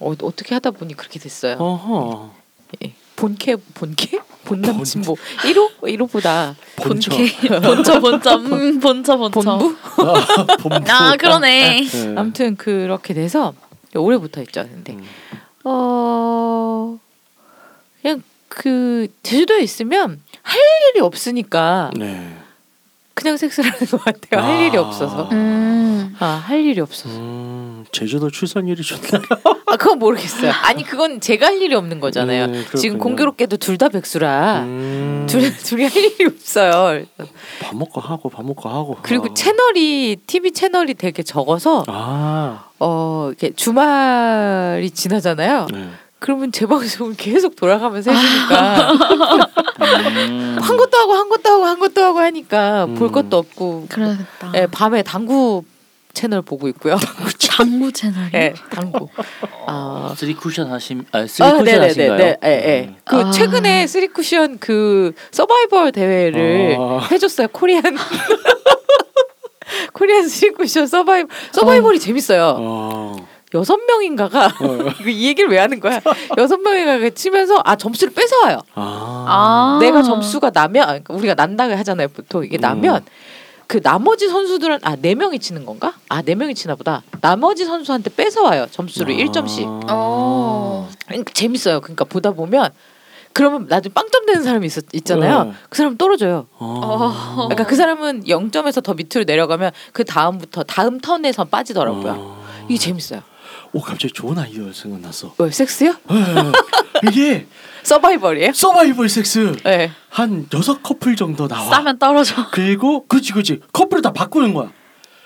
[SPEAKER 1] 어, 어떻게 하다 보니 그렇게 됐어요.
[SPEAKER 3] 어허.
[SPEAKER 1] 예. 본캐 본캐 본남친 뭐 1호 1호보다
[SPEAKER 3] 본처.
[SPEAKER 4] 본처 본처 음, 본처 본처
[SPEAKER 1] 본부
[SPEAKER 3] 아, 본부.
[SPEAKER 4] 아 그러네.
[SPEAKER 3] 네.
[SPEAKER 1] 아무튼 그렇게 돼서 오래 붙어 있죠. 근데
[SPEAKER 4] 네.
[SPEAKER 3] 음.
[SPEAKER 1] 어 그냥 그 제주도에 있으면 할 일이 없으니까
[SPEAKER 3] 네.
[SPEAKER 1] 그냥 섹스를 하는 것 같아요. 할 일이 없어서.
[SPEAKER 4] 음.
[SPEAKER 1] 아 할 일이 없어서.
[SPEAKER 3] 음, 제주도 출산율이 좋나요?
[SPEAKER 1] 아 그건 모르겠어요. 아니 그건 제가 할 일이 없는 거잖아요.
[SPEAKER 3] 네, 그렇군요.
[SPEAKER 1] 지금 공교롭게도 둘 다
[SPEAKER 4] 아,
[SPEAKER 1] 백수라
[SPEAKER 3] 음,
[SPEAKER 1] 둘 둘이 할 일이 없어요.
[SPEAKER 3] 밥 먹고 하고 밥 먹고 하고.
[SPEAKER 1] 그리고
[SPEAKER 3] 아.
[SPEAKER 1] 채널이 TV 채널이 되게 적어서
[SPEAKER 3] 아.
[SPEAKER 1] 어 이렇게 주말이 지나잖아요.
[SPEAKER 3] 네.
[SPEAKER 1] 그러면 재방송을 계속 돌아가면서 해주니까
[SPEAKER 2] 음.
[SPEAKER 1] 한 것도 하고 한 것도 하고 한 것도 하고 하니까
[SPEAKER 3] 음.
[SPEAKER 1] 볼 것도 없고
[SPEAKER 4] 그러겠다.
[SPEAKER 1] 예, 밤에 당구 채널 보고 있고요.
[SPEAKER 4] 당구 채널이.
[SPEAKER 1] 예, 당구. 아,
[SPEAKER 2] 쓰리 쿠션 하심 아 쓰리
[SPEAKER 1] 아,
[SPEAKER 2] 쿠션 하신가요? 음.
[SPEAKER 1] 네네네네. 예, 예. 그
[SPEAKER 4] 아.
[SPEAKER 1] 최근에 쓰리쿠션 그 서바이벌 대회를
[SPEAKER 3] 아.
[SPEAKER 1] 해줬어요. 코리안 코리안 쓰리쿠션 서바이벌 서바이벌이 재밌어요.
[SPEAKER 3] 어.
[SPEAKER 1] 여섯 명인가가
[SPEAKER 2] 어.
[SPEAKER 1] 이거 이 얘기를 왜 하는 거야? 여섯 명인가가 치면서 아 점수를 뺏어와요.
[SPEAKER 3] 아.
[SPEAKER 4] 아.
[SPEAKER 1] 내가 점수가 나면 아, 그러니까 우리가 난다고 하잖아요 보통 이게 나면
[SPEAKER 3] 음.
[SPEAKER 1] 그 나머지 선수들은 아네 명이 치는 건가? 아네 명이 치나 보다. 나머지 선수한테 뺏어와요
[SPEAKER 2] 아.
[SPEAKER 1] 점수를 일 1점씩.
[SPEAKER 3] 아.
[SPEAKER 4] 어.
[SPEAKER 1] 그러니까 재밌어요. 그러니까 보다 보면 그러면 나중에 빵점 되는 사람이 있었, 있잖아요.
[SPEAKER 3] 네.
[SPEAKER 1] 그 사람 떨어져요.
[SPEAKER 4] 어.
[SPEAKER 1] 그러니까 그 사람은 0점에서 더 밑으로 내려가면 그 다음부터 다음 턴에서 빠지더라고요.
[SPEAKER 3] 어.
[SPEAKER 1] 이게 재밌어요.
[SPEAKER 3] 오 갑자기 좋은 아이디어 생각났어.
[SPEAKER 1] 왜 섹스요?
[SPEAKER 3] 예, 예. 이게
[SPEAKER 1] 서바이벌이에요?
[SPEAKER 3] 서바이벌 섹스
[SPEAKER 1] 네.
[SPEAKER 3] 한 여섯 커플 정도 나와.
[SPEAKER 4] 아. 싸면 떨어져.
[SPEAKER 3] 그리고 그렇지 그렇지 커플을 다 바꾸는 거야.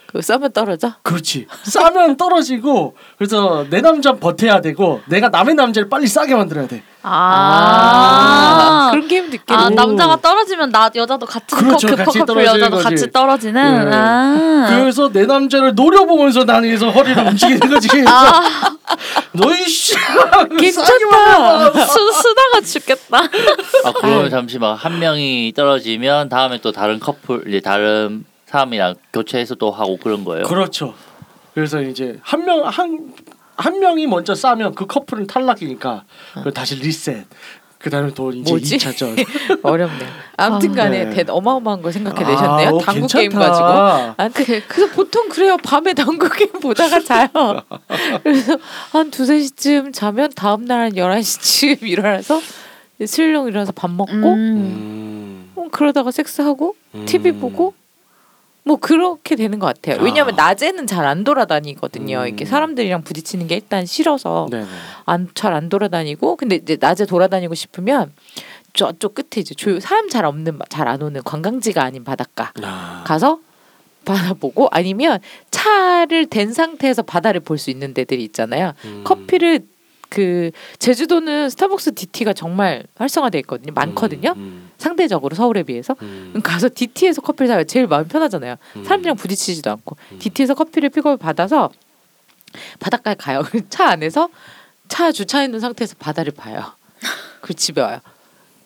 [SPEAKER 1] 그 싸면 떨어져.
[SPEAKER 3] 그렇지. 싸면 떨어지고 그래서 내 남자 버텨야 되고 내가 남의 남자를 빨리 싸게 만들어야 돼.
[SPEAKER 4] 아.
[SPEAKER 1] 그런 게임도 있겠네.
[SPEAKER 4] 아
[SPEAKER 3] 오.
[SPEAKER 4] 남자가 떨어지면 나 여자도 같이
[SPEAKER 3] 그렇죠,
[SPEAKER 4] 커, 그
[SPEAKER 3] 같이
[SPEAKER 4] 커플
[SPEAKER 3] 떨어지는
[SPEAKER 4] 여자도
[SPEAKER 3] 거지.
[SPEAKER 4] 같이 떨어지는
[SPEAKER 3] 네.
[SPEAKER 4] 아.
[SPEAKER 3] 그래서 내 남자를 노려보면서 나는 계속 허리를 움직이는 거지.
[SPEAKER 1] 아.
[SPEAKER 3] 너희 씨.
[SPEAKER 1] 괜찮다.
[SPEAKER 4] 수, 수다가 죽겠다.
[SPEAKER 2] 아
[SPEAKER 1] 네.
[SPEAKER 2] 그러면 잠시 만 한 명이 떨어지면 다음에 또 다른 커플 이제 다른 사람이랑 교체해서 또 하고 그런 거예요.
[SPEAKER 3] 그렇죠. 그래서 이제 한 명 한 한 명이 먼저 싸면 그 커플은 탈락이니까 그걸 다시 리셋. 그다음에 또 이제
[SPEAKER 1] 아. 뭐지?
[SPEAKER 3] 2차전.
[SPEAKER 1] 어렵네요. 아무튼간에
[SPEAKER 3] 네.
[SPEAKER 1] 대- 어마어마한 걸 생각해
[SPEAKER 3] 아,
[SPEAKER 1] 내셨네요. 당구 게임 가지고. 아, 그, 그래서 보통 그래요. 밤에 당구 게임 보다가 자요. 그래서 한 두세 시쯤 자면 다음 날 한 11시쯤 일어나서 슬렁 일어나서 밥 먹고
[SPEAKER 4] 음.
[SPEAKER 3] 음.
[SPEAKER 1] 음, 그러다가 섹스하고
[SPEAKER 3] 음.
[SPEAKER 1] TV 보고 뭐 그렇게 되는 것 같아요. 왜냐하면 낮에는 잘 안 돌아다니거든요.
[SPEAKER 3] 음.
[SPEAKER 1] 이렇게 사람들이랑 부딪히는 게 일단 싫어서
[SPEAKER 3] 네네.
[SPEAKER 1] 안 잘 안 돌아다니고 근데 이제 낮에 돌아다니고 싶으면 저쪽 끝에 이제 조용 사람 잘 없는 잘 안 오는 관광지가 아닌 바닷가
[SPEAKER 3] 아.
[SPEAKER 1] 가서 바다 보고 아니면 차를 댄 상태에서 바다를 볼 수 있는 데들이 있잖아요.
[SPEAKER 3] 음.
[SPEAKER 1] 커피를 그 제주도는 스타벅스 DT가 정말 활성화돼 있거든요. 많거든요.
[SPEAKER 3] 음,
[SPEAKER 1] 상대적으로 서울에 비해서
[SPEAKER 3] 음,
[SPEAKER 1] 그럼 가서 DT에서 커피를 사요. 제일 마음 편하잖아요.
[SPEAKER 3] 음.
[SPEAKER 1] 사람들이랑 부딪히지도 않고
[SPEAKER 3] 음.
[SPEAKER 1] DT에서 커피를 픽업 받아서 바닷가에 가요. 차 안에서 차 주차해 놓은 상태에서 바다를 봐요. 그리고 집에 와요.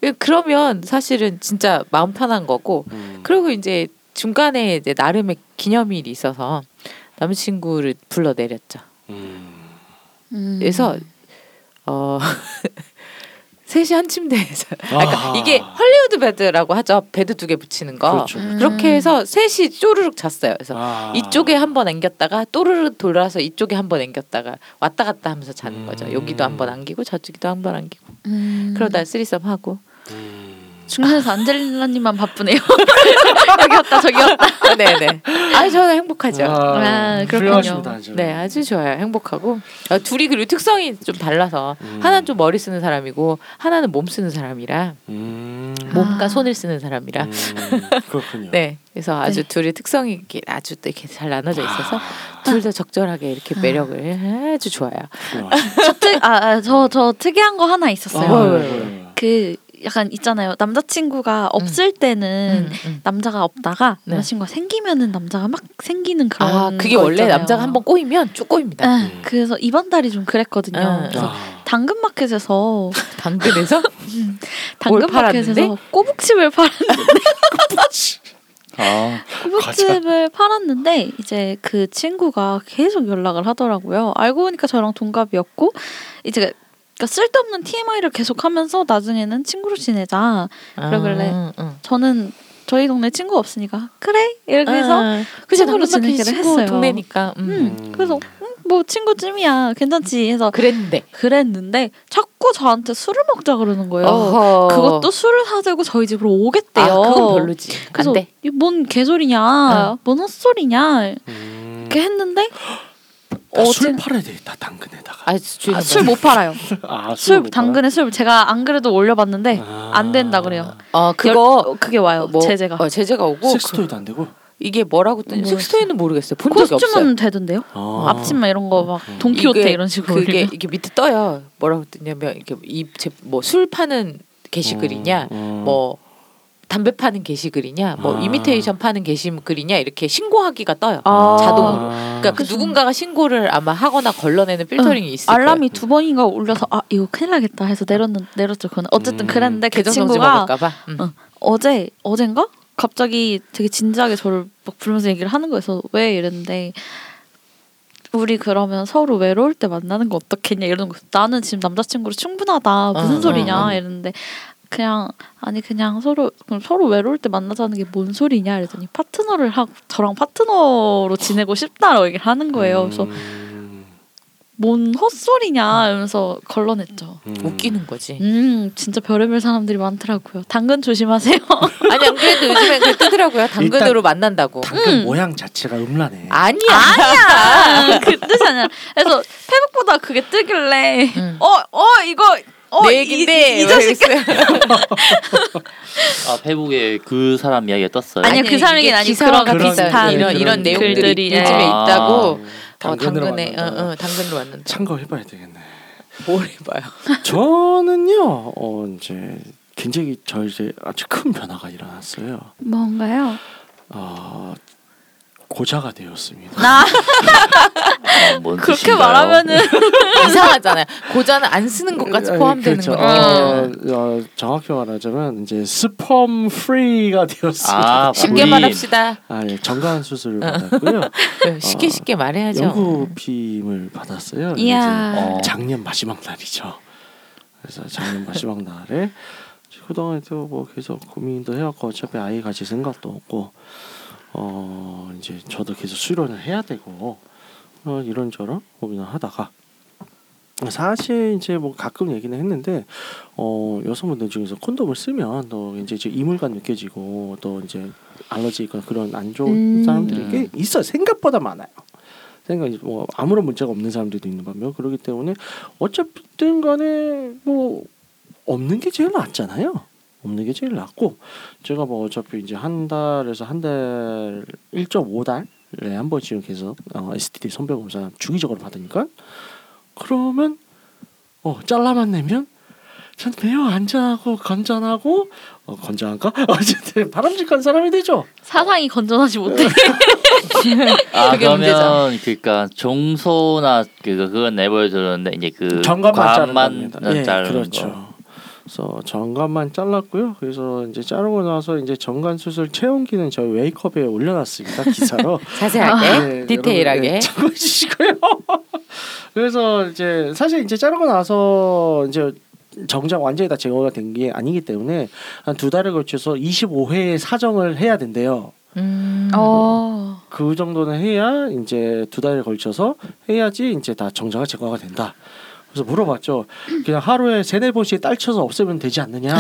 [SPEAKER 1] 예, 그러면 사실은 진짜 마음 편한 거고
[SPEAKER 3] 음.
[SPEAKER 1] 그리고 이제 중간에 이제 나름의 기념일이 있어서 남친구를 불러 내렸죠.
[SPEAKER 3] 음.
[SPEAKER 4] 음.
[SPEAKER 1] 그래서 어 셋이 한 침대에서 아, 그러니까
[SPEAKER 3] 아하.
[SPEAKER 1] 이게 헐리우드 베드라고 하죠. 베드 두 개 붙이는 거.
[SPEAKER 3] 그렇죠.
[SPEAKER 4] 음.
[SPEAKER 1] 그렇게 해서 셋이 쪼르륵 잤어요. 그래서
[SPEAKER 3] 아.
[SPEAKER 1] 이쪽에 한 번 안겼다가 또르륵 돌아서 이쪽에 한 번 안겼다가 왔다 갔다 하면서 자는 거죠.
[SPEAKER 3] 음.
[SPEAKER 1] 여기도 한 번 안기고 저쪽도 한 번 안기고
[SPEAKER 4] 음.
[SPEAKER 1] 그러다 쓰리썸 하고
[SPEAKER 3] 음.
[SPEAKER 4] 중간에서 안젤리나님만 바쁘네요. 여기 왔다 저기 왔다.
[SPEAKER 1] 아, 네네. 아 저는 행복하죠.
[SPEAKER 4] 아, 그렇군요.
[SPEAKER 3] 훌륭하십니다, 아주.
[SPEAKER 1] 네 아주 좋아요. 행복하고 아, 둘이 그리고 특성이 좀 달라서
[SPEAKER 3] 음.
[SPEAKER 1] 하나는 좀 머리 쓰는 사람이고 하나는 몸 쓰는 사람이라
[SPEAKER 3] 음.
[SPEAKER 1] 몸과
[SPEAKER 4] 아.
[SPEAKER 1] 손을 쓰는 사람이라
[SPEAKER 3] 음, 그렇군요.
[SPEAKER 1] 네 그래서 아주
[SPEAKER 4] 네.
[SPEAKER 1] 둘의 특성이 이렇게 아주 또 이렇게 잘 나눠져 있어서
[SPEAKER 3] 아,
[SPEAKER 1] 둘 다 적절하게 이렇게
[SPEAKER 4] 음.
[SPEAKER 1] 매력을 아주 좋아요.
[SPEAKER 3] 훌륭하십니다.
[SPEAKER 4] 저특아저저 특이한 거 하나
[SPEAKER 1] 어.
[SPEAKER 4] 있었어요.
[SPEAKER 1] 뭐,
[SPEAKER 3] 네,
[SPEAKER 1] 뭐,
[SPEAKER 3] 뭐.
[SPEAKER 4] 그 약간 있잖아요. 남자친구가 없을 때는
[SPEAKER 1] 음, 음.
[SPEAKER 4] 남자가 없다가
[SPEAKER 1] 네.
[SPEAKER 4] 남자친구가 생기면은 남자가 막 생기는 그런
[SPEAKER 1] 아 그게
[SPEAKER 4] 거
[SPEAKER 1] 원래
[SPEAKER 4] 있잖아요.
[SPEAKER 1] 남자가 한 번 꼬이면 쭉 꼬입니다.
[SPEAKER 4] 네,
[SPEAKER 3] 음.
[SPEAKER 4] 그래서 이번 달이 좀 그랬거든요.
[SPEAKER 1] 아.
[SPEAKER 4] 그래서
[SPEAKER 3] 아.
[SPEAKER 4] 당근마켓에서
[SPEAKER 1] 당근에서
[SPEAKER 4] 음,
[SPEAKER 1] 뭘
[SPEAKER 4] 당근마켓에서
[SPEAKER 1] 팔았는데?
[SPEAKER 4] 꼬북칩을 팔
[SPEAKER 2] 아,
[SPEAKER 4] 꼬북칩을 팔았는데 이제 그 친구가 계속 연락을 하더라고요. 알고 보니까 저랑 동갑이었고 이제 그러니까 쓸데없는 TMI를 계속하면서 나중에는 친구로 지내자. 그러길래
[SPEAKER 1] 아, 응.
[SPEAKER 4] 저는 저희 동네 친구 없으니까 그래 이렇게 해서
[SPEAKER 1] 그래서 그치
[SPEAKER 4] 음, 친구로
[SPEAKER 1] 당근마켓이
[SPEAKER 4] 지내기로
[SPEAKER 1] 친구
[SPEAKER 4] 했어요.
[SPEAKER 1] 동네니까 음.
[SPEAKER 4] 음,
[SPEAKER 3] 음.
[SPEAKER 4] 그래서 음, 뭐 친구쯤이야 괜찮지 해서
[SPEAKER 1] 어, 그랬는데
[SPEAKER 4] 그랬는데 자꾸 저한테 술을 먹자 그러는 거예요.
[SPEAKER 1] 어허.
[SPEAKER 4] 그것도 술을 사들고 저희 집으로 오겠대요.
[SPEAKER 1] 아, 그건 별로지.
[SPEAKER 4] 래서
[SPEAKER 1] 안 돼.
[SPEAKER 4] 이뭔 개소리냐,
[SPEAKER 1] 응.
[SPEAKER 4] 뭔 헛소리냐
[SPEAKER 3] 음.
[SPEAKER 4] 이렇게 했는데
[SPEAKER 3] 나
[SPEAKER 4] 어,
[SPEAKER 3] 술
[SPEAKER 4] 제-
[SPEAKER 3] 팔아야 되겠다 당근에다가.
[SPEAKER 1] 아, 주,
[SPEAKER 4] 아, 술못 팔아요.
[SPEAKER 3] 아,
[SPEAKER 4] 술
[SPEAKER 3] 못
[SPEAKER 4] 당근에 술 제가 안 그래도 올려봤는데
[SPEAKER 3] 팔아?
[SPEAKER 4] 안 된다 그래요.
[SPEAKER 1] 어
[SPEAKER 4] 열-
[SPEAKER 1] 그거
[SPEAKER 4] 어, 그게 와요
[SPEAKER 1] 뭐
[SPEAKER 4] 제재가.
[SPEAKER 1] 어, 제재가
[SPEAKER 3] 아,
[SPEAKER 1] 오고 그,
[SPEAKER 3] 식스토이도 안 되고.
[SPEAKER 1] 이게 뭐라고 뜨냐
[SPEAKER 4] 뭐였어?
[SPEAKER 1] 식스토이는 모르겠어요. 본 적이 없어요.
[SPEAKER 4] 코스튬은 되던데요?
[SPEAKER 3] 어.
[SPEAKER 4] 앞치마 이런 거 막
[SPEAKER 3] 음.
[SPEAKER 4] 돈키호테
[SPEAKER 1] 이게-
[SPEAKER 4] 이런 식으로
[SPEAKER 1] 그게
[SPEAKER 4] 올리고.
[SPEAKER 1] 이게 밑에 떠요. 뭐라고 뜨냐면 이게 이뭐술 파는 게시글이냐
[SPEAKER 3] 음.
[SPEAKER 1] 뭐 담배 파는 게시글이냐 뭐
[SPEAKER 3] 아.
[SPEAKER 1] 이미테이션 파는 게시글이냐 이렇게 신고하기가 떠요.
[SPEAKER 4] 아.
[SPEAKER 1] 자동으로.
[SPEAKER 3] 음,
[SPEAKER 1] 그러니까 그
[SPEAKER 4] 그래서- 어,
[SPEAKER 1] 누군가가 신고를 아마 하거나 걸러내는 필터링이 있을 거예요.
[SPEAKER 4] 알람이 두 번인가 울려서 아 이거 큰일 나겠다 해서 내렸는 내렸죠 그건 어쨌든
[SPEAKER 3] 음,
[SPEAKER 4] 그랬는데 그
[SPEAKER 1] 계정 정지
[SPEAKER 4] 친구가
[SPEAKER 1] 먹을까봐. 음.
[SPEAKER 4] 어, 어제 어젠가 갑자기 되게 진지하게 저를 막 부르면서 얘기를 하는 거에서 왜 이랬는데 우리 그러면 서로 외로울 때 만나는 거 어떻겠냐 이러는 거 나는 지금 남자친구로 충분하다 무슨
[SPEAKER 1] 응,
[SPEAKER 4] 소리냐
[SPEAKER 3] 응, 응.
[SPEAKER 4] 이랬는데 그냥 아니 그냥 서로 그럼 서로 외로울 때 만나자는 게 뭔 소리냐 이랬더니 파트너를 하고 저랑 파트너로 지내고 싶다라고 얘기를 하는 거예요 그래서
[SPEAKER 3] 음.
[SPEAKER 4] 뭔 헛소리냐 이러면서 걸러냈죠
[SPEAKER 3] 음.
[SPEAKER 1] 웃기는 거지.
[SPEAKER 4] 음 진짜 별의별 사람들이 많더라고요 당근 조심하세요
[SPEAKER 1] 아니 안 그래도 요즘에 그 뜨더라고요. 당근으로 만난다고.
[SPEAKER 3] 당근
[SPEAKER 4] 음.
[SPEAKER 3] 모양 자체가 음란해.
[SPEAKER 1] 아니야.
[SPEAKER 4] 아니야 그 뜻이 아니야 그래서 페북보다 그게 뜨길래
[SPEAKER 1] 음.
[SPEAKER 4] 어 어 이거 어,
[SPEAKER 1] 내 얘긴데
[SPEAKER 4] 이, 이, 이 자식
[SPEAKER 2] 아 페북에 그 사람 이야기가 떴어요.
[SPEAKER 4] 아니야, 그 사람에겐
[SPEAKER 1] 이게
[SPEAKER 4] 아니고
[SPEAKER 1] 기사와
[SPEAKER 4] 그런
[SPEAKER 1] 비슷한
[SPEAKER 3] 그런
[SPEAKER 1] 이런 이런
[SPEAKER 3] 그런
[SPEAKER 1] 내용들이
[SPEAKER 4] 글들이,
[SPEAKER 1] 요즘에
[SPEAKER 2] 예.
[SPEAKER 1] 있다고.
[SPEAKER 3] 음.
[SPEAKER 1] 어,
[SPEAKER 3] 당근으로
[SPEAKER 1] 당근에 어,
[SPEAKER 3] 만난다.
[SPEAKER 1] 어, 당근으로 만난다.
[SPEAKER 3] 참고해봐야 되겠네.
[SPEAKER 1] 뭘 해봐요.
[SPEAKER 3] 저는요, 어, 이제 굉장히 저 이제 아주 큰 변화가 일어났어요.
[SPEAKER 4] 뭔가요?
[SPEAKER 3] 어, 고자가 되었습니다.
[SPEAKER 4] 나
[SPEAKER 2] 아, 뭔
[SPEAKER 4] 그렇게
[SPEAKER 2] 뜻인가요?
[SPEAKER 4] 말하면은
[SPEAKER 1] 이상하잖아요. 고자는 안 쓰는 것까지
[SPEAKER 3] 아니,
[SPEAKER 1] 포함되는
[SPEAKER 3] 그렇죠.
[SPEAKER 1] 거죠.
[SPEAKER 3] 어, 어, 정확히 말하자면 이제 스펌 프리가 되었습니다.
[SPEAKER 2] 아,
[SPEAKER 1] 쉽게
[SPEAKER 2] 우리-
[SPEAKER 1] 말합시다.
[SPEAKER 3] 아, 예, 정관 수술을 받았고요.
[SPEAKER 1] 네,
[SPEAKER 3] 아,
[SPEAKER 1] 쉽게 쉽게 말해야죠.
[SPEAKER 3] 연구빔을 받았어요.
[SPEAKER 4] 이야.
[SPEAKER 2] 어.
[SPEAKER 3] 이제 작년 마지막 날이죠. 그래서 작년 마지막 날에 그동안에도 뭐 계속 고민도 해왔고 어차피 아이 가질 생각도 없고 어 이제 저도 계속 수련을 해야 되고 어, 이런저런 고민을 하다가 사실 이제 뭐 가끔 얘기는 했는데 어 여성분들 중에서 콘돔을 쓰면 또 이제 좀 이물감 느껴지고 또 이제 알러지 있거나 그런 안 좋은
[SPEAKER 4] 음.
[SPEAKER 3] 사람들이 꽤
[SPEAKER 2] 음.
[SPEAKER 3] 있어 요 생각보다 많아요. 생각 뭐 아무런 문제가 없는 사람들도 있는 반면 그렇기 때문에 어쨌든 간에 뭐 없는 게 제일 낫잖아요. 없는 게 제일 낫고 제가 뭐 어차피 이제 한 달에서 한 달 1.5달에 한 번씩 계속 어, STD 선별 검사 주기적으로 받으니까 그러면 어 잘라만 내면 전 매우 안전하고 건전하고 어, 건전한가 어쨌든 바람직한 사람이 되죠.
[SPEAKER 4] 사상이 건전하지 못해.
[SPEAKER 2] 아
[SPEAKER 1] 그게
[SPEAKER 2] 그러면 그러니까 종소나 그 그건 내버려두는데 이제 그
[SPEAKER 3] 정관만
[SPEAKER 2] 관만 어,
[SPEAKER 3] 자르는 겁니다. 예,
[SPEAKER 2] 자르는
[SPEAKER 3] 그렇죠.
[SPEAKER 2] 거.
[SPEAKER 3] 그래서 정관만 잘랐고요. 그래서 이제 자르고 나서 이제 정관 수술 체온기는 저희 웨이크업에 올려놨습니다 기사로.
[SPEAKER 1] 자세하게,
[SPEAKER 3] 네,
[SPEAKER 1] 디테일하게.
[SPEAKER 3] 여러분, 네, 참고해 주시고요. 그래서 이제 사실 이제 자르고 나서 이제 정작 완전히 다 제거가 된 게 아니기 때문에 한 두 달에 걸쳐서 25회 사정을 해야 된대요.
[SPEAKER 1] 음.
[SPEAKER 4] 어.
[SPEAKER 3] 그 정도는 해야 이제 두 달에 걸쳐서 해야지 이제 다 정자가 제거가 된다. 그래서 물어봤죠. 그냥 하루에 세네 번씩 딸쳐서 없애면 되지 않느냐.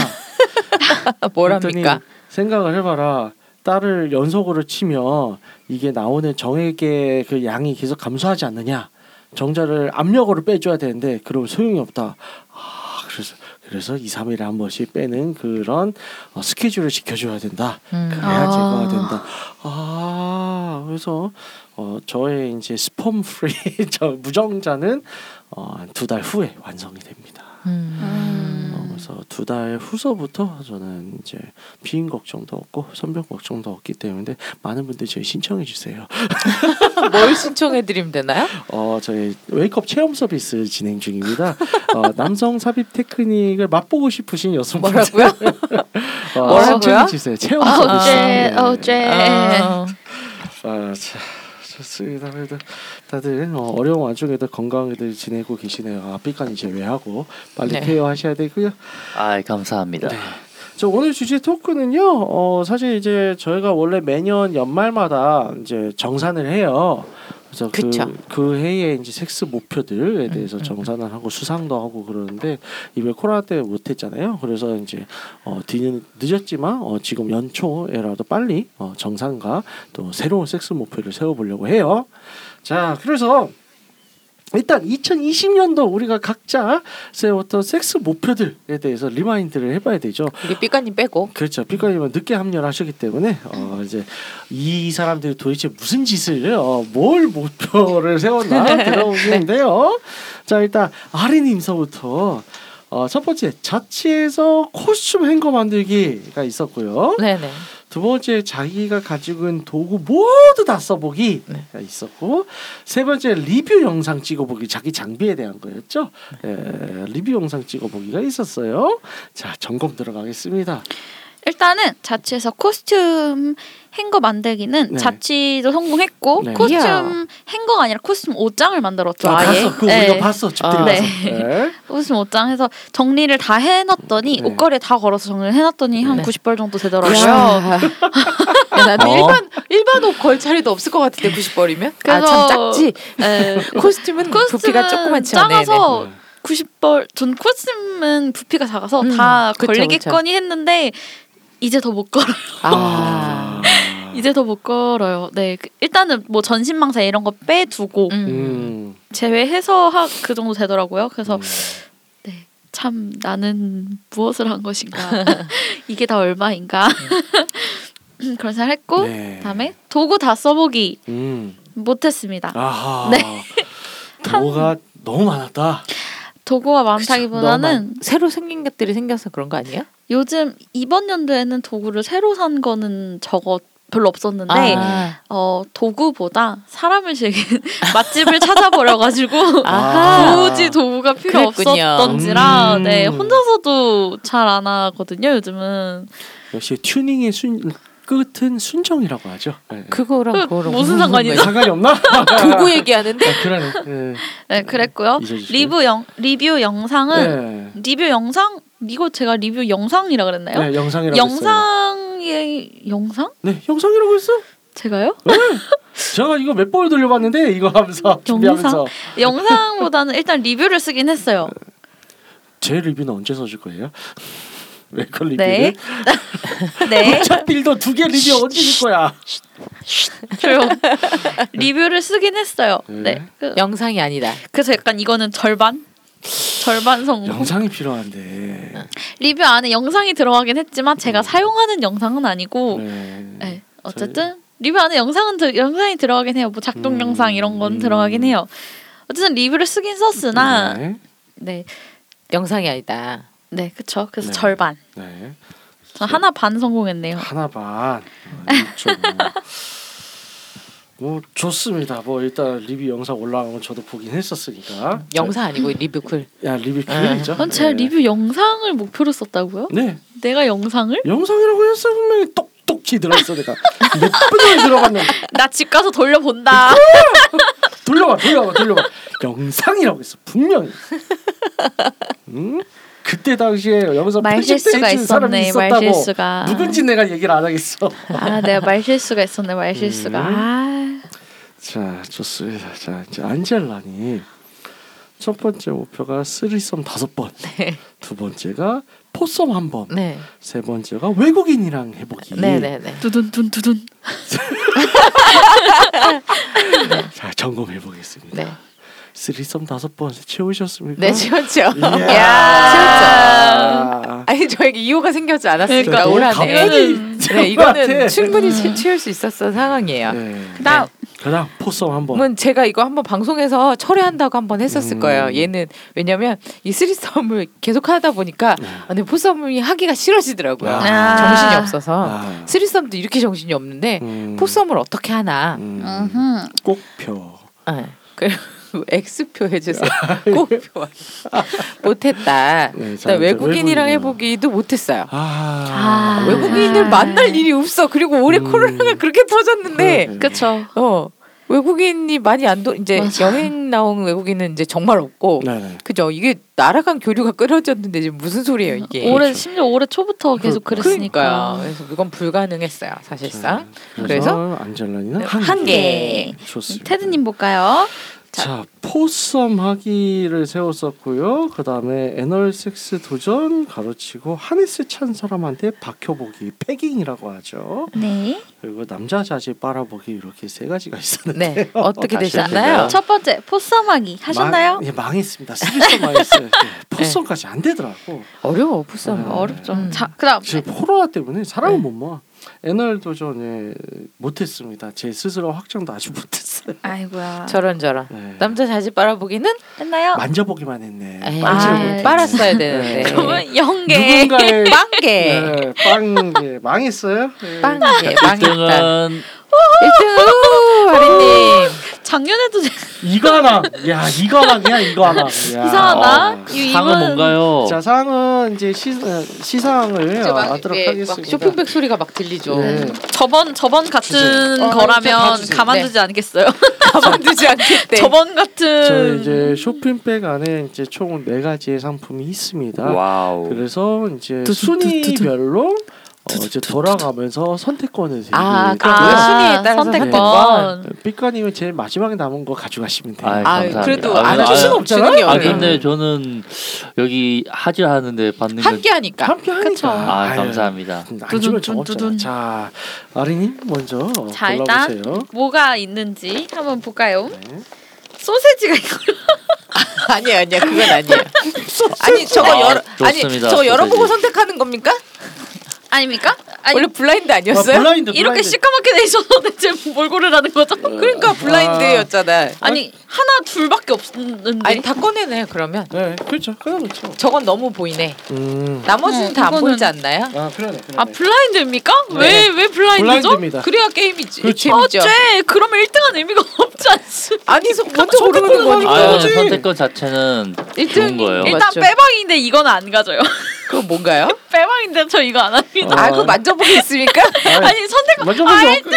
[SPEAKER 1] 뭐랍니까?
[SPEAKER 3] 그랬더니 생각을 해봐라. 딸을 연속으로 치면 이게 나오는 정액의 그 양이 계속 감소하지 않느냐. 정자를 압력으로 빼줘야 되는데 그러면 소용이 없다. 아 그래서 그래서 2, 3일에 한 번씩 빼는 그런 어, 스케줄을 지켜줘야 된다.
[SPEAKER 1] 음.
[SPEAKER 3] 그래야
[SPEAKER 4] 아.
[SPEAKER 3] 제거가 된다. 아 그래서 어, 저의 이제 스펌 프리 저 무정자는 어, 두 달 후에 완성이 됩니다.
[SPEAKER 1] 음.
[SPEAKER 3] 어, 그래서 두 달 후서부터 저는 이제 비인 걱정도 없고 선병 걱정도 없기 때문에 많은 분들이 저희 신청해 주세요.
[SPEAKER 1] 음. 뭘 신청해 드리면 되나요?
[SPEAKER 3] 어, 저희 웨이크업 체험 서비스 진행 중입니다. 어, 남성 삽입 테크닉을 맛보고 싶으신 여성분들
[SPEAKER 1] 뭐라고요?
[SPEAKER 3] 어,
[SPEAKER 1] 뭐라고요? 아,
[SPEAKER 3] 신청해 주세요. 체험 서비스.
[SPEAKER 4] 어째
[SPEAKER 3] 네.
[SPEAKER 4] 어째.
[SPEAKER 1] 어.
[SPEAKER 3] 아, 참, 좋습니다. 그래도 다들 어, 어려운 와중에도 건강하게 지내고 계시네요. 아, 삐까니 제외하고 빨리
[SPEAKER 1] 네.
[SPEAKER 3] 케어하셔야 되고요.
[SPEAKER 2] 아 감사합니다.
[SPEAKER 3] 네. 저 오늘 주제 토크는요. 어 사실 이제 저희가 원래 매년 연말마다 이제 정산을 해요. 그래서 그,
[SPEAKER 1] 그쵸.
[SPEAKER 3] 그 해의 이제 섹스 목표들에 대해서 정산을 하고 수상도 하고 그러는데 이번 코로나 때문에 못했잖아요. 그래서 이제 어, 뒤는 늦었지만 어, 지금 연초에라도 빨리 어, 정산과 또 새로운 섹스 목표를 세워보려고 해요. 자, 그래서 일단 2020년도 우리가 각자 세웠던 섹스 목표들에 대해서 리마인드를 해봐야 되죠.
[SPEAKER 1] 우리 삐까님 빼고.
[SPEAKER 3] 그렇죠. 삐까님은 늦게 합류를 하셨기 때문에 어, 이제 이 사람들이 도대체 무슨 짓을 어, 뭘 목표를 세웠나 들어보시는데요. 자 일단 아리님서부터 어, 첫 번째 자취해서 코스튬 행거 만들기가 있었고요.
[SPEAKER 1] 네네.
[SPEAKER 3] 두 번째 자기가 가지고 있는 도구 모두 다 써보기가 있었고 세 번째 리뷰 영상 찍어보기 자기 장비에 대한 거였죠. 에, 리뷰 영상 찍어보기가 있었어요. 자 점검 들어가겠습니다.
[SPEAKER 4] 일단은 자취에서 코스튬 행거 만들기는
[SPEAKER 3] 네.
[SPEAKER 4] 자취도 성공했고
[SPEAKER 3] 네.
[SPEAKER 4] 코스튬
[SPEAKER 1] 이야.
[SPEAKER 4] 행거가 아니라 코스튬 옷장을 만들었죠.
[SPEAKER 3] 아,
[SPEAKER 4] 아예.
[SPEAKER 3] 봤어. 그
[SPEAKER 4] 네.
[SPEAKER 3] 우리가 봤어. 집들이
[SPEAKER 1] 아,
[SPEAKER 3] 가서.
[SPEAKER 4] 네.
[SPEAKER 3] 네.
[SPEAKER 4] 코스튬 옷장에서 정리를 다 해놨더니
[SPEAKER 3] 네.
[SPEAKER 4] 옷걸이에 다 걸어서 정리를 해놨더니 한
[SPEAKER 1] 네.
[SPEAKER 4] 90벌 정도 되더라고요.
[SPEAKER 3] 아.
[SPEAKER 1] 야, 네, 나는
[SPEAKER 2] 어?
[SPEAKER 1] 일반 일반 옷 걸 자리도 없을 것 같은데 90벌이면?
[SPEAKER 4] 그래서-
[SPEAKER 1] 아참 작지.
[SPEAKER 4] 네.
[SPEAKER 1] 코스튬은 부피가 조그맣지 않네.
[SPEAKER 4] 작아서
[SPEAKER 3] 네.
[SPEAKER 4] 90벌 전 코스튬은 부피가 작아서
[SPEAKER 1] 음,
[SPEAKER 4] 다
[SPEAKER 1] 그쵸,
[SPEAKER 4] 걸리겠거니 했는데 이제 더 못 걸어요.
[SPEAKER 1] 네. 아.
[SPEAKER 4] 이제 더 못 걸어요. 네 그- 일단은 뭐 전신망사 이런 거 빼두고
[SPEAKER 1] 음.
[SPEAKER 3] 음.
[SPEAKER 4] 제외해서 하- 그 정도 되더라고요. 그래서
[SPEAKER 3] 음.
[SPEAKER 4] 참 나는 무엇을 한 것인가 이게 다 얼마인가 음, 그런 생각을 했고
[SPEAKER 3] 네.
[SPEAKER 4] 그다음에 도구 다 써보기
[SPEAKER 3] 음.
[SPEAKER 4] 못했습니다
[SPEAKER 3] 아하.
[SPEAKER 4] 네.
[SPEAKER 3] 도가 너무 많았다.
[SPEAKER 4] 도구가
[SPEAKER 1] 음. 너무
[SPEAKER 4] 많다기보다는
[SPEAKER 1] 많- 새로 생긴 것들이 생겨서 그런 거 아니야?
[SPEAKER 4] 요즘 이번 연도에는 도구를 새로 산 거는 적었 별로 없었는데
[SPEAKER 1] 아.
[SPEAKER 4] 어, 도구보다 사람을 즐기는 맛집을 찾아버려가지고
[SPEAKER 1] 아하.
[SPEAKER 4] 굳이 도구가 필요
[SPEAKER 1] 그랬군요.
[SPEAKER 4] 없었던지라
[SPEAKER 3] 음.
[SPEAKER 4] 네 혼자서도 잘 안 하거든요 요즘은
[SPEAKER 3] 역시 튜닝의 순 끝은 순정이라고 하죠. 네.
[SPEAKER 1] 그거랑
[SPEAKER 4] 그
[SPEAKER 1] 그거랑
[SPEAKER 4] 무슨 상관이죠?
[SPEAKER 3] 상관이 없나?
[SPEAKER 1] 도구 얘기하는데
[SPEAKER 3] 아, 그러네. 네.
[SPEAKER 4] 네 그랬고요
[SPEAKER 3] 잊어주시고요.
[SPEAKER 4] 리뷰 영 리뷰 영상은
[SPEAKER 3] 네.
[SPEAKER 4] 리뷰 영상 이거 제가 리뷰 영상이라 그랬나요?
[SPEAKER 3] 네, 영상이라고 했어요.
[SPEAKER 4] 영상의 영상?
[SPEAKER 3] 네, 영상이라고 했어. 네.
[SPEAKER 4] 제가요?
[SPEAKER 3] 제가 이거 몇 번을 돌려봤는데 이거 하면서 준비하면서
[SPEAKER 4] 영상보다는 일단 리뷰를 쓰긴 했어요.
[SPEAKER 3] 제 리뷰는 언제 써줄 거예요? 웨이컬 리뷰는?
[SPEAKER 4] 네. 네.
[SPEAKER 3] 차필도 두 개 리뷰 언제 줄 거야?
[SPEAKER 4] 조용. 리뷰를 쓰긴 했어요.
[SPEAKER 3] 네.
[SPEAKER 4] 네. 그,
[SPEAKER 1] 영상이 아니다.
[SPEAKER 4] 그래서 약간 이거는 절반? 절반 성공.
[SPEAKER 3] 영상이 필요한데.
[SPEAKER 4] 리뷰 안에 영상이 들어가긴 했지만 제가 사용하는 영상은 아니고
[SPEAKER 3] 음. 네.
[SPEAKER 4] 네.
[SPEAKER 1] 음,
[SPEAKER 4] 어쨌든 리뷰 안에 영상은 들- 영상이 들어가긴 해요. 뭐 작동
[SPEAKER 3] 음.
[SPEAKER 4] 영상 이런 건 들어가긴 해요. 어쨌든 리뷰를 쓰긴 썼으나
[SPEAKER 3] 네.
[SPEAKER 4] 네.
[SPEAKER 1] 영상이 아니다.
[SPEAKER 4] 네, 그쵸. 그래서
[SPEAKER 3] 네.
[SPEAKER 4] 절반.
[SPEAKER 3] 네.
[SPEAKER 4] 어. 저 하나 반 성공했네요.
[SPEAKER 3] 하나 반. 아, 그렇죠. 뭐 좋습니다. 뭐 일단 리뷰 영상 올라온 건 저도 보긴 했었으니까.
[SPEAKER 1] 영상 아니고
[SPEAKER 4] 음.
[SPEAKER 1] 리뷰 글.
[SPEAKER 3] 야 리뷰 클릭이죠.
[SPEAKER 4] 전 네.
[SPEAKER 1] 네.
[SPEAKER 4] 제가 리뷰 영상을 목표로 썼다고요?
[SPEAKER 3] 네
[SPEAKER 4] 내가 영상을?
[SPEAKER 3] 영상이라고 했어 분명히 똑똑히 들어있어 내가 몇 분을 들어갔는데
[SPEAKER 4] 나 집 가서 돌려본다.
[SPEAKER 3] 돌려봐 돌려봐 돌려봐 영상이라고 했어 분명히. 음? 그때 당시에 영상
[SPEAKER 4] 말실수가
[SPEAKER 3] 편집돼 있는 사람이
[SPEAKER 4] 있었네.
[SPEAKER 3] 있었다고
[SPEAKER 4] 말실수가.
[SPEAKER 3] 누군지 내가 얘기를 안 하겠어.
[SPEAKER 4] 아, 내가 말실수가 있었네. 말실수가.
[SPEAKER 3] 음.
[SPEAKER 4] 아.
[SPEAKER 3] 자 좋습니다. 자 이제 안젤라님 첫 번째 목표가 쓰리썸 다섯 번,
[SPEAKER 1] 네.
[SPEAKER 3] 두 번째가 포썸 한 번,
[SPEAKER 1] 네.
[SPEAKER 3] 세 번째가 외국인이랑 해보기.
[SPEAKER 1] 네, 네, 네.
[SPEAKER 4] 두둔둔 두둔.
[SPEAKER 3] 자 점검해 보겠습니다.
[SPEAKER 1] 네.
[SPEAKER 3] 쓰리썸 다섯 번 채우셨습니까?
[SPEAKER 1] 네, 지웠죠.
[SPEAKER 4] 음. 야. 그러니까
[SPEAKER 3] 아,
[SPEAKER 1] 아니 저에게 이유가 생겼지
[SPEAKER 3] 저
[SPEAKER 1] 않았으니까
[SPEAKER 3] 너무
[SPEAKER 1] 그러니까 올하네.
[SPEAKER 3] 갑자기
[SPEAKER 1] 네,
[SPEAKER 3] 저한테.
[SPEAKER 1] 이거는 충분히
[SPEAKER 4] 음.
[SPEAKER 1] 치, 치울 수 있었던 상황이에요.
[SPEAKER 3] 네.
[SPEAKER 1] 그다음
[SPEAKER 3] 그다음 포썸 한 번.
[SPEAKER 1] 은뭐 제가 이거 한번 방송에서 철회한다고 한번 했었을
[SPEAKER 3] 뭐. 음.
[SPEAKER 1] 거예요. 얘는 왜냐면 이 쓰리썸을 계속 하다 보니까 아, 근데 포썸이 하기가 싫어지더라고요.
[SPEAKER 3] 음. 아.
[SPEAKER 1] 정신이 없어서
[SPEAKER 3] 아.
[SPEAKER 1] 쓰리썸도 이렇게 정신이 없는데
[SPEAKER 3] 음.
[SPEAKER 1] 포썸을 어떻게 하나?
[SPEAKER 3] 음.
[SPEAKER 4] 음.
[SPEAKER 3] 꼭표.
[SPEAKER 1] 네. 그리고 X표 해주세요. 꼭표 못했다.
[SPEAKER 3] 네, 자,
[SPEAKER 1] 그다음에
[SPEAKER 3] 이제
[SPEAKER 1] 외국인이랑
[SPEAKER 3] 외국인이랑.
[SPEAKER 1] 해보기도 못했어요.
[SPEAKER 3] 아.
[SPEAKER 4] 아.
[SPEAKER 1] 외국인을
[SPEAKER 4] 아.
[SPEAKER 1] 만날 일이 없어. 그리고 올해
[SPEAKER 3] 음.
[SPEAKER 1] 코로나가 그렇게 터졌는데
[SPEAKER 3] 그러게요.
[SPEAKER 4] 그쵸.
[SPEAKER 1] 어 외국인이 많이 안 도, 이제
[SPEAKER 4] 맞아.
[SPEAKER 1] 여행 나온 외국인은 이제 정말 없고
[SPEAKER 3] 네네.
[SPEAKER 1] 그죠 이게 나라 간 교류가 끊어졌는데 지금 무슨 소리예요 이게
[SPEAKER 4] 올해 심지어 올해 초부터 계속
[SPEAKER 3] 그러니까요.
[SPEAKER 1] 그러니까요
[SPEAKER 4] 그랬으니까.
[SPEAKER 1] 그래서 이건 불가능했어요 사실상
[SPEAKER 3] 자,
[SPEAKER 1] 그래서
[SPEAKER 3] 안젤라니는
[SPEAKER 1] 한
[SPEAKER 3] 한
[SPEAKER 1] 개.
[SPEAKER 3] 개.
[SPEAKER 1] 음,
[SPEAKER 3] 좋습니다.
[SPEAKER 4] 테드님 볼까요?
[SPEAKER 3] 자, 포썸 하기를 세웠었고요. 그 다음에 애널섹스 도전 가로치고 하네스 찬 사람한테 박혀보기 패깅이라고 하죠.
[SPEAKER 4] 네.
[SPEAKER 3] 그리고 남자 자질 빨아보기 이렇게 세 가지가 있었는데
[SPEAKER 1] 네 어떻게
[SPEAKER 3] 다시
[SPEAKER 1] 되셨나요?
[SPEAKER 3] 해볼까요?
[SPEAKER 4] 첫 번째 포쌈하기 하셨나요?
[SPEAKER 3] 망, 예, 망했습니다. 스리썸 망했어요. 예, 포썸까지 안 되더라고.
[SPEAKER 1] 어려워 부산
[SPEAKER 3] 네.
[SPEAKER 4] 어렵죠.
[SPEAKER 1] 음.
[SPEAKER 4] 자, 그다음.
[SPEAKER 3] 지금 코로나 때문에 사람을
[SPEAKER 1] 네.
[SPEAKER 3] 못 모아. 애널 도전에 못했습니다. 제 스스로 확정도 아직 못했어요.
[SPEAKER 4] 아이고야.
[SPEAKER 1] 저런 저런
[SPEAKER 3] 네.
[SPEAKER 1] 남자 자식 빨아보기는
[SPEAKER 4] 했나요?
[SPEAKER 3] 만져보기만 했네.
[SPEAKER 1] 에이,
[SPEAKER 3] 만지를
[SPEAKER 4] 아,
[SPEAKER 3] 못했네.
[SPEAKER 1] 어. 빨았어야
[SPEAKER 3] 네.
[SPEAKER 1] 되는데
[SPEAKER 4] 그러면 영계.
[SPEAKER 3] 누군가의
[SPEAKER 1] 빵개
[SPEAKER 3] 네, 빵 망했어요. 예.
[SPEAKER 1] 빵개 망했다
[SPEAKER 2] 일등은
[SPEAKER 1] 1등 아리님
[SPEAKER 4] 작년에도
[SPEAKER 3] 이거나 야 이거나야 이거나
[SPEAKER 1] 아,
[SPEAKER 4] 이상하다. 이-
[SPEAKER 2] 어, 상은
[SPEAKER 4] 이건-
[SPEAKER 2] 뭔가요?
[SPEAKER 3] 자 상은 이제 시 시상을
[SPEAKER 1] 저 막,
[SPEAKER 3] 하도록
[SPEAKER 1] 예,
[SPEAKER 3] 하겠습니다.
[SPEAKER 1] 막 쇼핑백 음. 소리가 막 들리죠
[SPEAKER 3] 네.
[SPEAKER 4] 저번 저번 같은
[SPEAKER 3] 주세요. 어, 주세요.
[SPEAKER 4] 거라면
[SPEAKER 3] 네.
[SPEAKER 4] 가만두지 않겠어요.
[SPEAKER 1] 가만두지 않겠대
[SPEAKER 4] 저번 같은
[SPEAKER 3] 저 이제 쇼핑백 안에 이제 총 네 가지의 상품이 있습니다.
[SPEAKER 2] 와우.
[SPEAKER 3] 그래서 이제
[SPEAKER 1] 두두두두두.
[SPEAKER 3] 순위별로 어, 이제 돌아가면서 선택권을
[SPEAKER 1] 아,
[SPEAKER 3] 드리고요.
[SPEAKER 1] 그럼 순위에 따라서 선택권.
[SPEAKER 3] 삐까님은 제일 마지막에 남은 거 가져가시면 돼요.
[SPEAKER 2] 아이,
[SPEAKER 1] 아
[SPEAKER 2] 감사합니다.
[SPEAKER 1] 그래도
[SPEAKER 2] 아,
[SPEAKER 1] 안
[SPEAKER 2] 아,
[SPEAKER 1] 주시는
[SPEAKER 2] 아,
[SPEAKER 1] 없잖아요.
[SPEAKER 2] 아
[SPEAKER 3] 네.
[SPEAKER 2] 근데 저는 여기 하지 않는데 받는 건
[SPEAKER 1] 함께 하니까
[SPEAKER 3] 함께 하니까.
[SPEAKER 2] 아,
[SPEAKER 3] 아유,
[SPEAKER 2] 감사합니다.
[SPEAKER 3] 안 주면
[SPEAKER 4] 두둔,
[SPEAKER 3] 정없잖아.
[SPEAKER 4] 두둔.
[SPEAKER 3] 자, 아린님 먼저
[SPEAKER 4] 자 일단
[SPEAKER 3] 골라보세요.
[SPEAKER 4] 뭐가 있는지 한번 볼까요?
[SPEAKER 3] 네.
[SPEAKER 4] 소세지가 이거
[SPEAKER 1] 아니야 아니야 그건 아니에요. 아니 저거
[SPEAKER 2] 아,
[SPEAKER 1] 여러 아니
[SPEAKER 2] 좋습니다,
[SPEAKER 1] 저거 열어보고
[SPEAKER 2] 소세지.
[SPEAKER 1] 선택하는 겁니까?
[SPEAKER 4] 아닙니까? 아니,
[SPEAKER 6] 원래 블라인드 아니었어요?
[SPEAKER 3] 아, 블라인드,
[SPEAKER 4] 이렇게
[SPEAKER 3] 블라인드. 어.
[SPEAKER 4] 시커멓게 돼 있었는데 지금 뭘 고르라는 거죠?
[SPEAKER 1] 아.
[SPEAKER 6] 그러니까 블라인드였잖아.
[SPEAKER 4] 아니 하나 둘밖에 없는데
[SPEAKER 1] 아니 다 꺼내네 그러면.
[SPEAKER 3] 네, 그렇죠. 끊어놓죠.
[SPEAKER 1] 저건 너무 보이네.
[SPEAKER 3] 음.
[SPEAKER 1] 나머지는
[SPEAKER 4] 음,
[SPEAKER 1] 다 안
[SPEAKER 4] 그거는-
[SPEAKER 1] 네, 보이지 않나요?
[SPEAKER 3] 아, 그러네. 그러네.
[SPEAKER 4] 아 블라인드입니까? 왜 왜 블라인드죠?
[SPEAKER 3] 블라인드입니다.
[SPEAKER 1] 그래야 게임이지.
[SPEAKER 3] 그렇죠.
[SPEAKER 1] 재밌죠.
[SPEAKER 4] 어째 그러면 1등한 의미가 없지 않습니까?
[SPEAKER 1] 아니 소- 먼저 고르는
[SPEAKER 3] 선택권을
[SPEAKER 1] 거니까.
[SPEAKER 2] 아,
[SPEAKER 3] 그거지.
[SPEAKER 2] 선택권 자체는 좋은
[SPEAKER 1] 일등이-
[SPEAKER 2] 거예요.
[SPEAKER 1] 일-
[SPEAKER 4] 일단
[SPEAKER 1] 맞죠.
[SPEAKER 4] 빼방인데 이건 안 가져요.
[SPEAKER 1] 그건 뭔가요?
[SPEAKER 4] 빼방인데 저 이거 안
[SPEAKER 2] 어,
[SPEAKER 4] 합니다.
[SPEAKER 1] 아 그거 만져보겠습니까?
[SPEAKER 4] 아니
[SPEAKER 1] 어.
[SPEAKER 4] 선택
[SPEAKER 3] 먼저 먼저.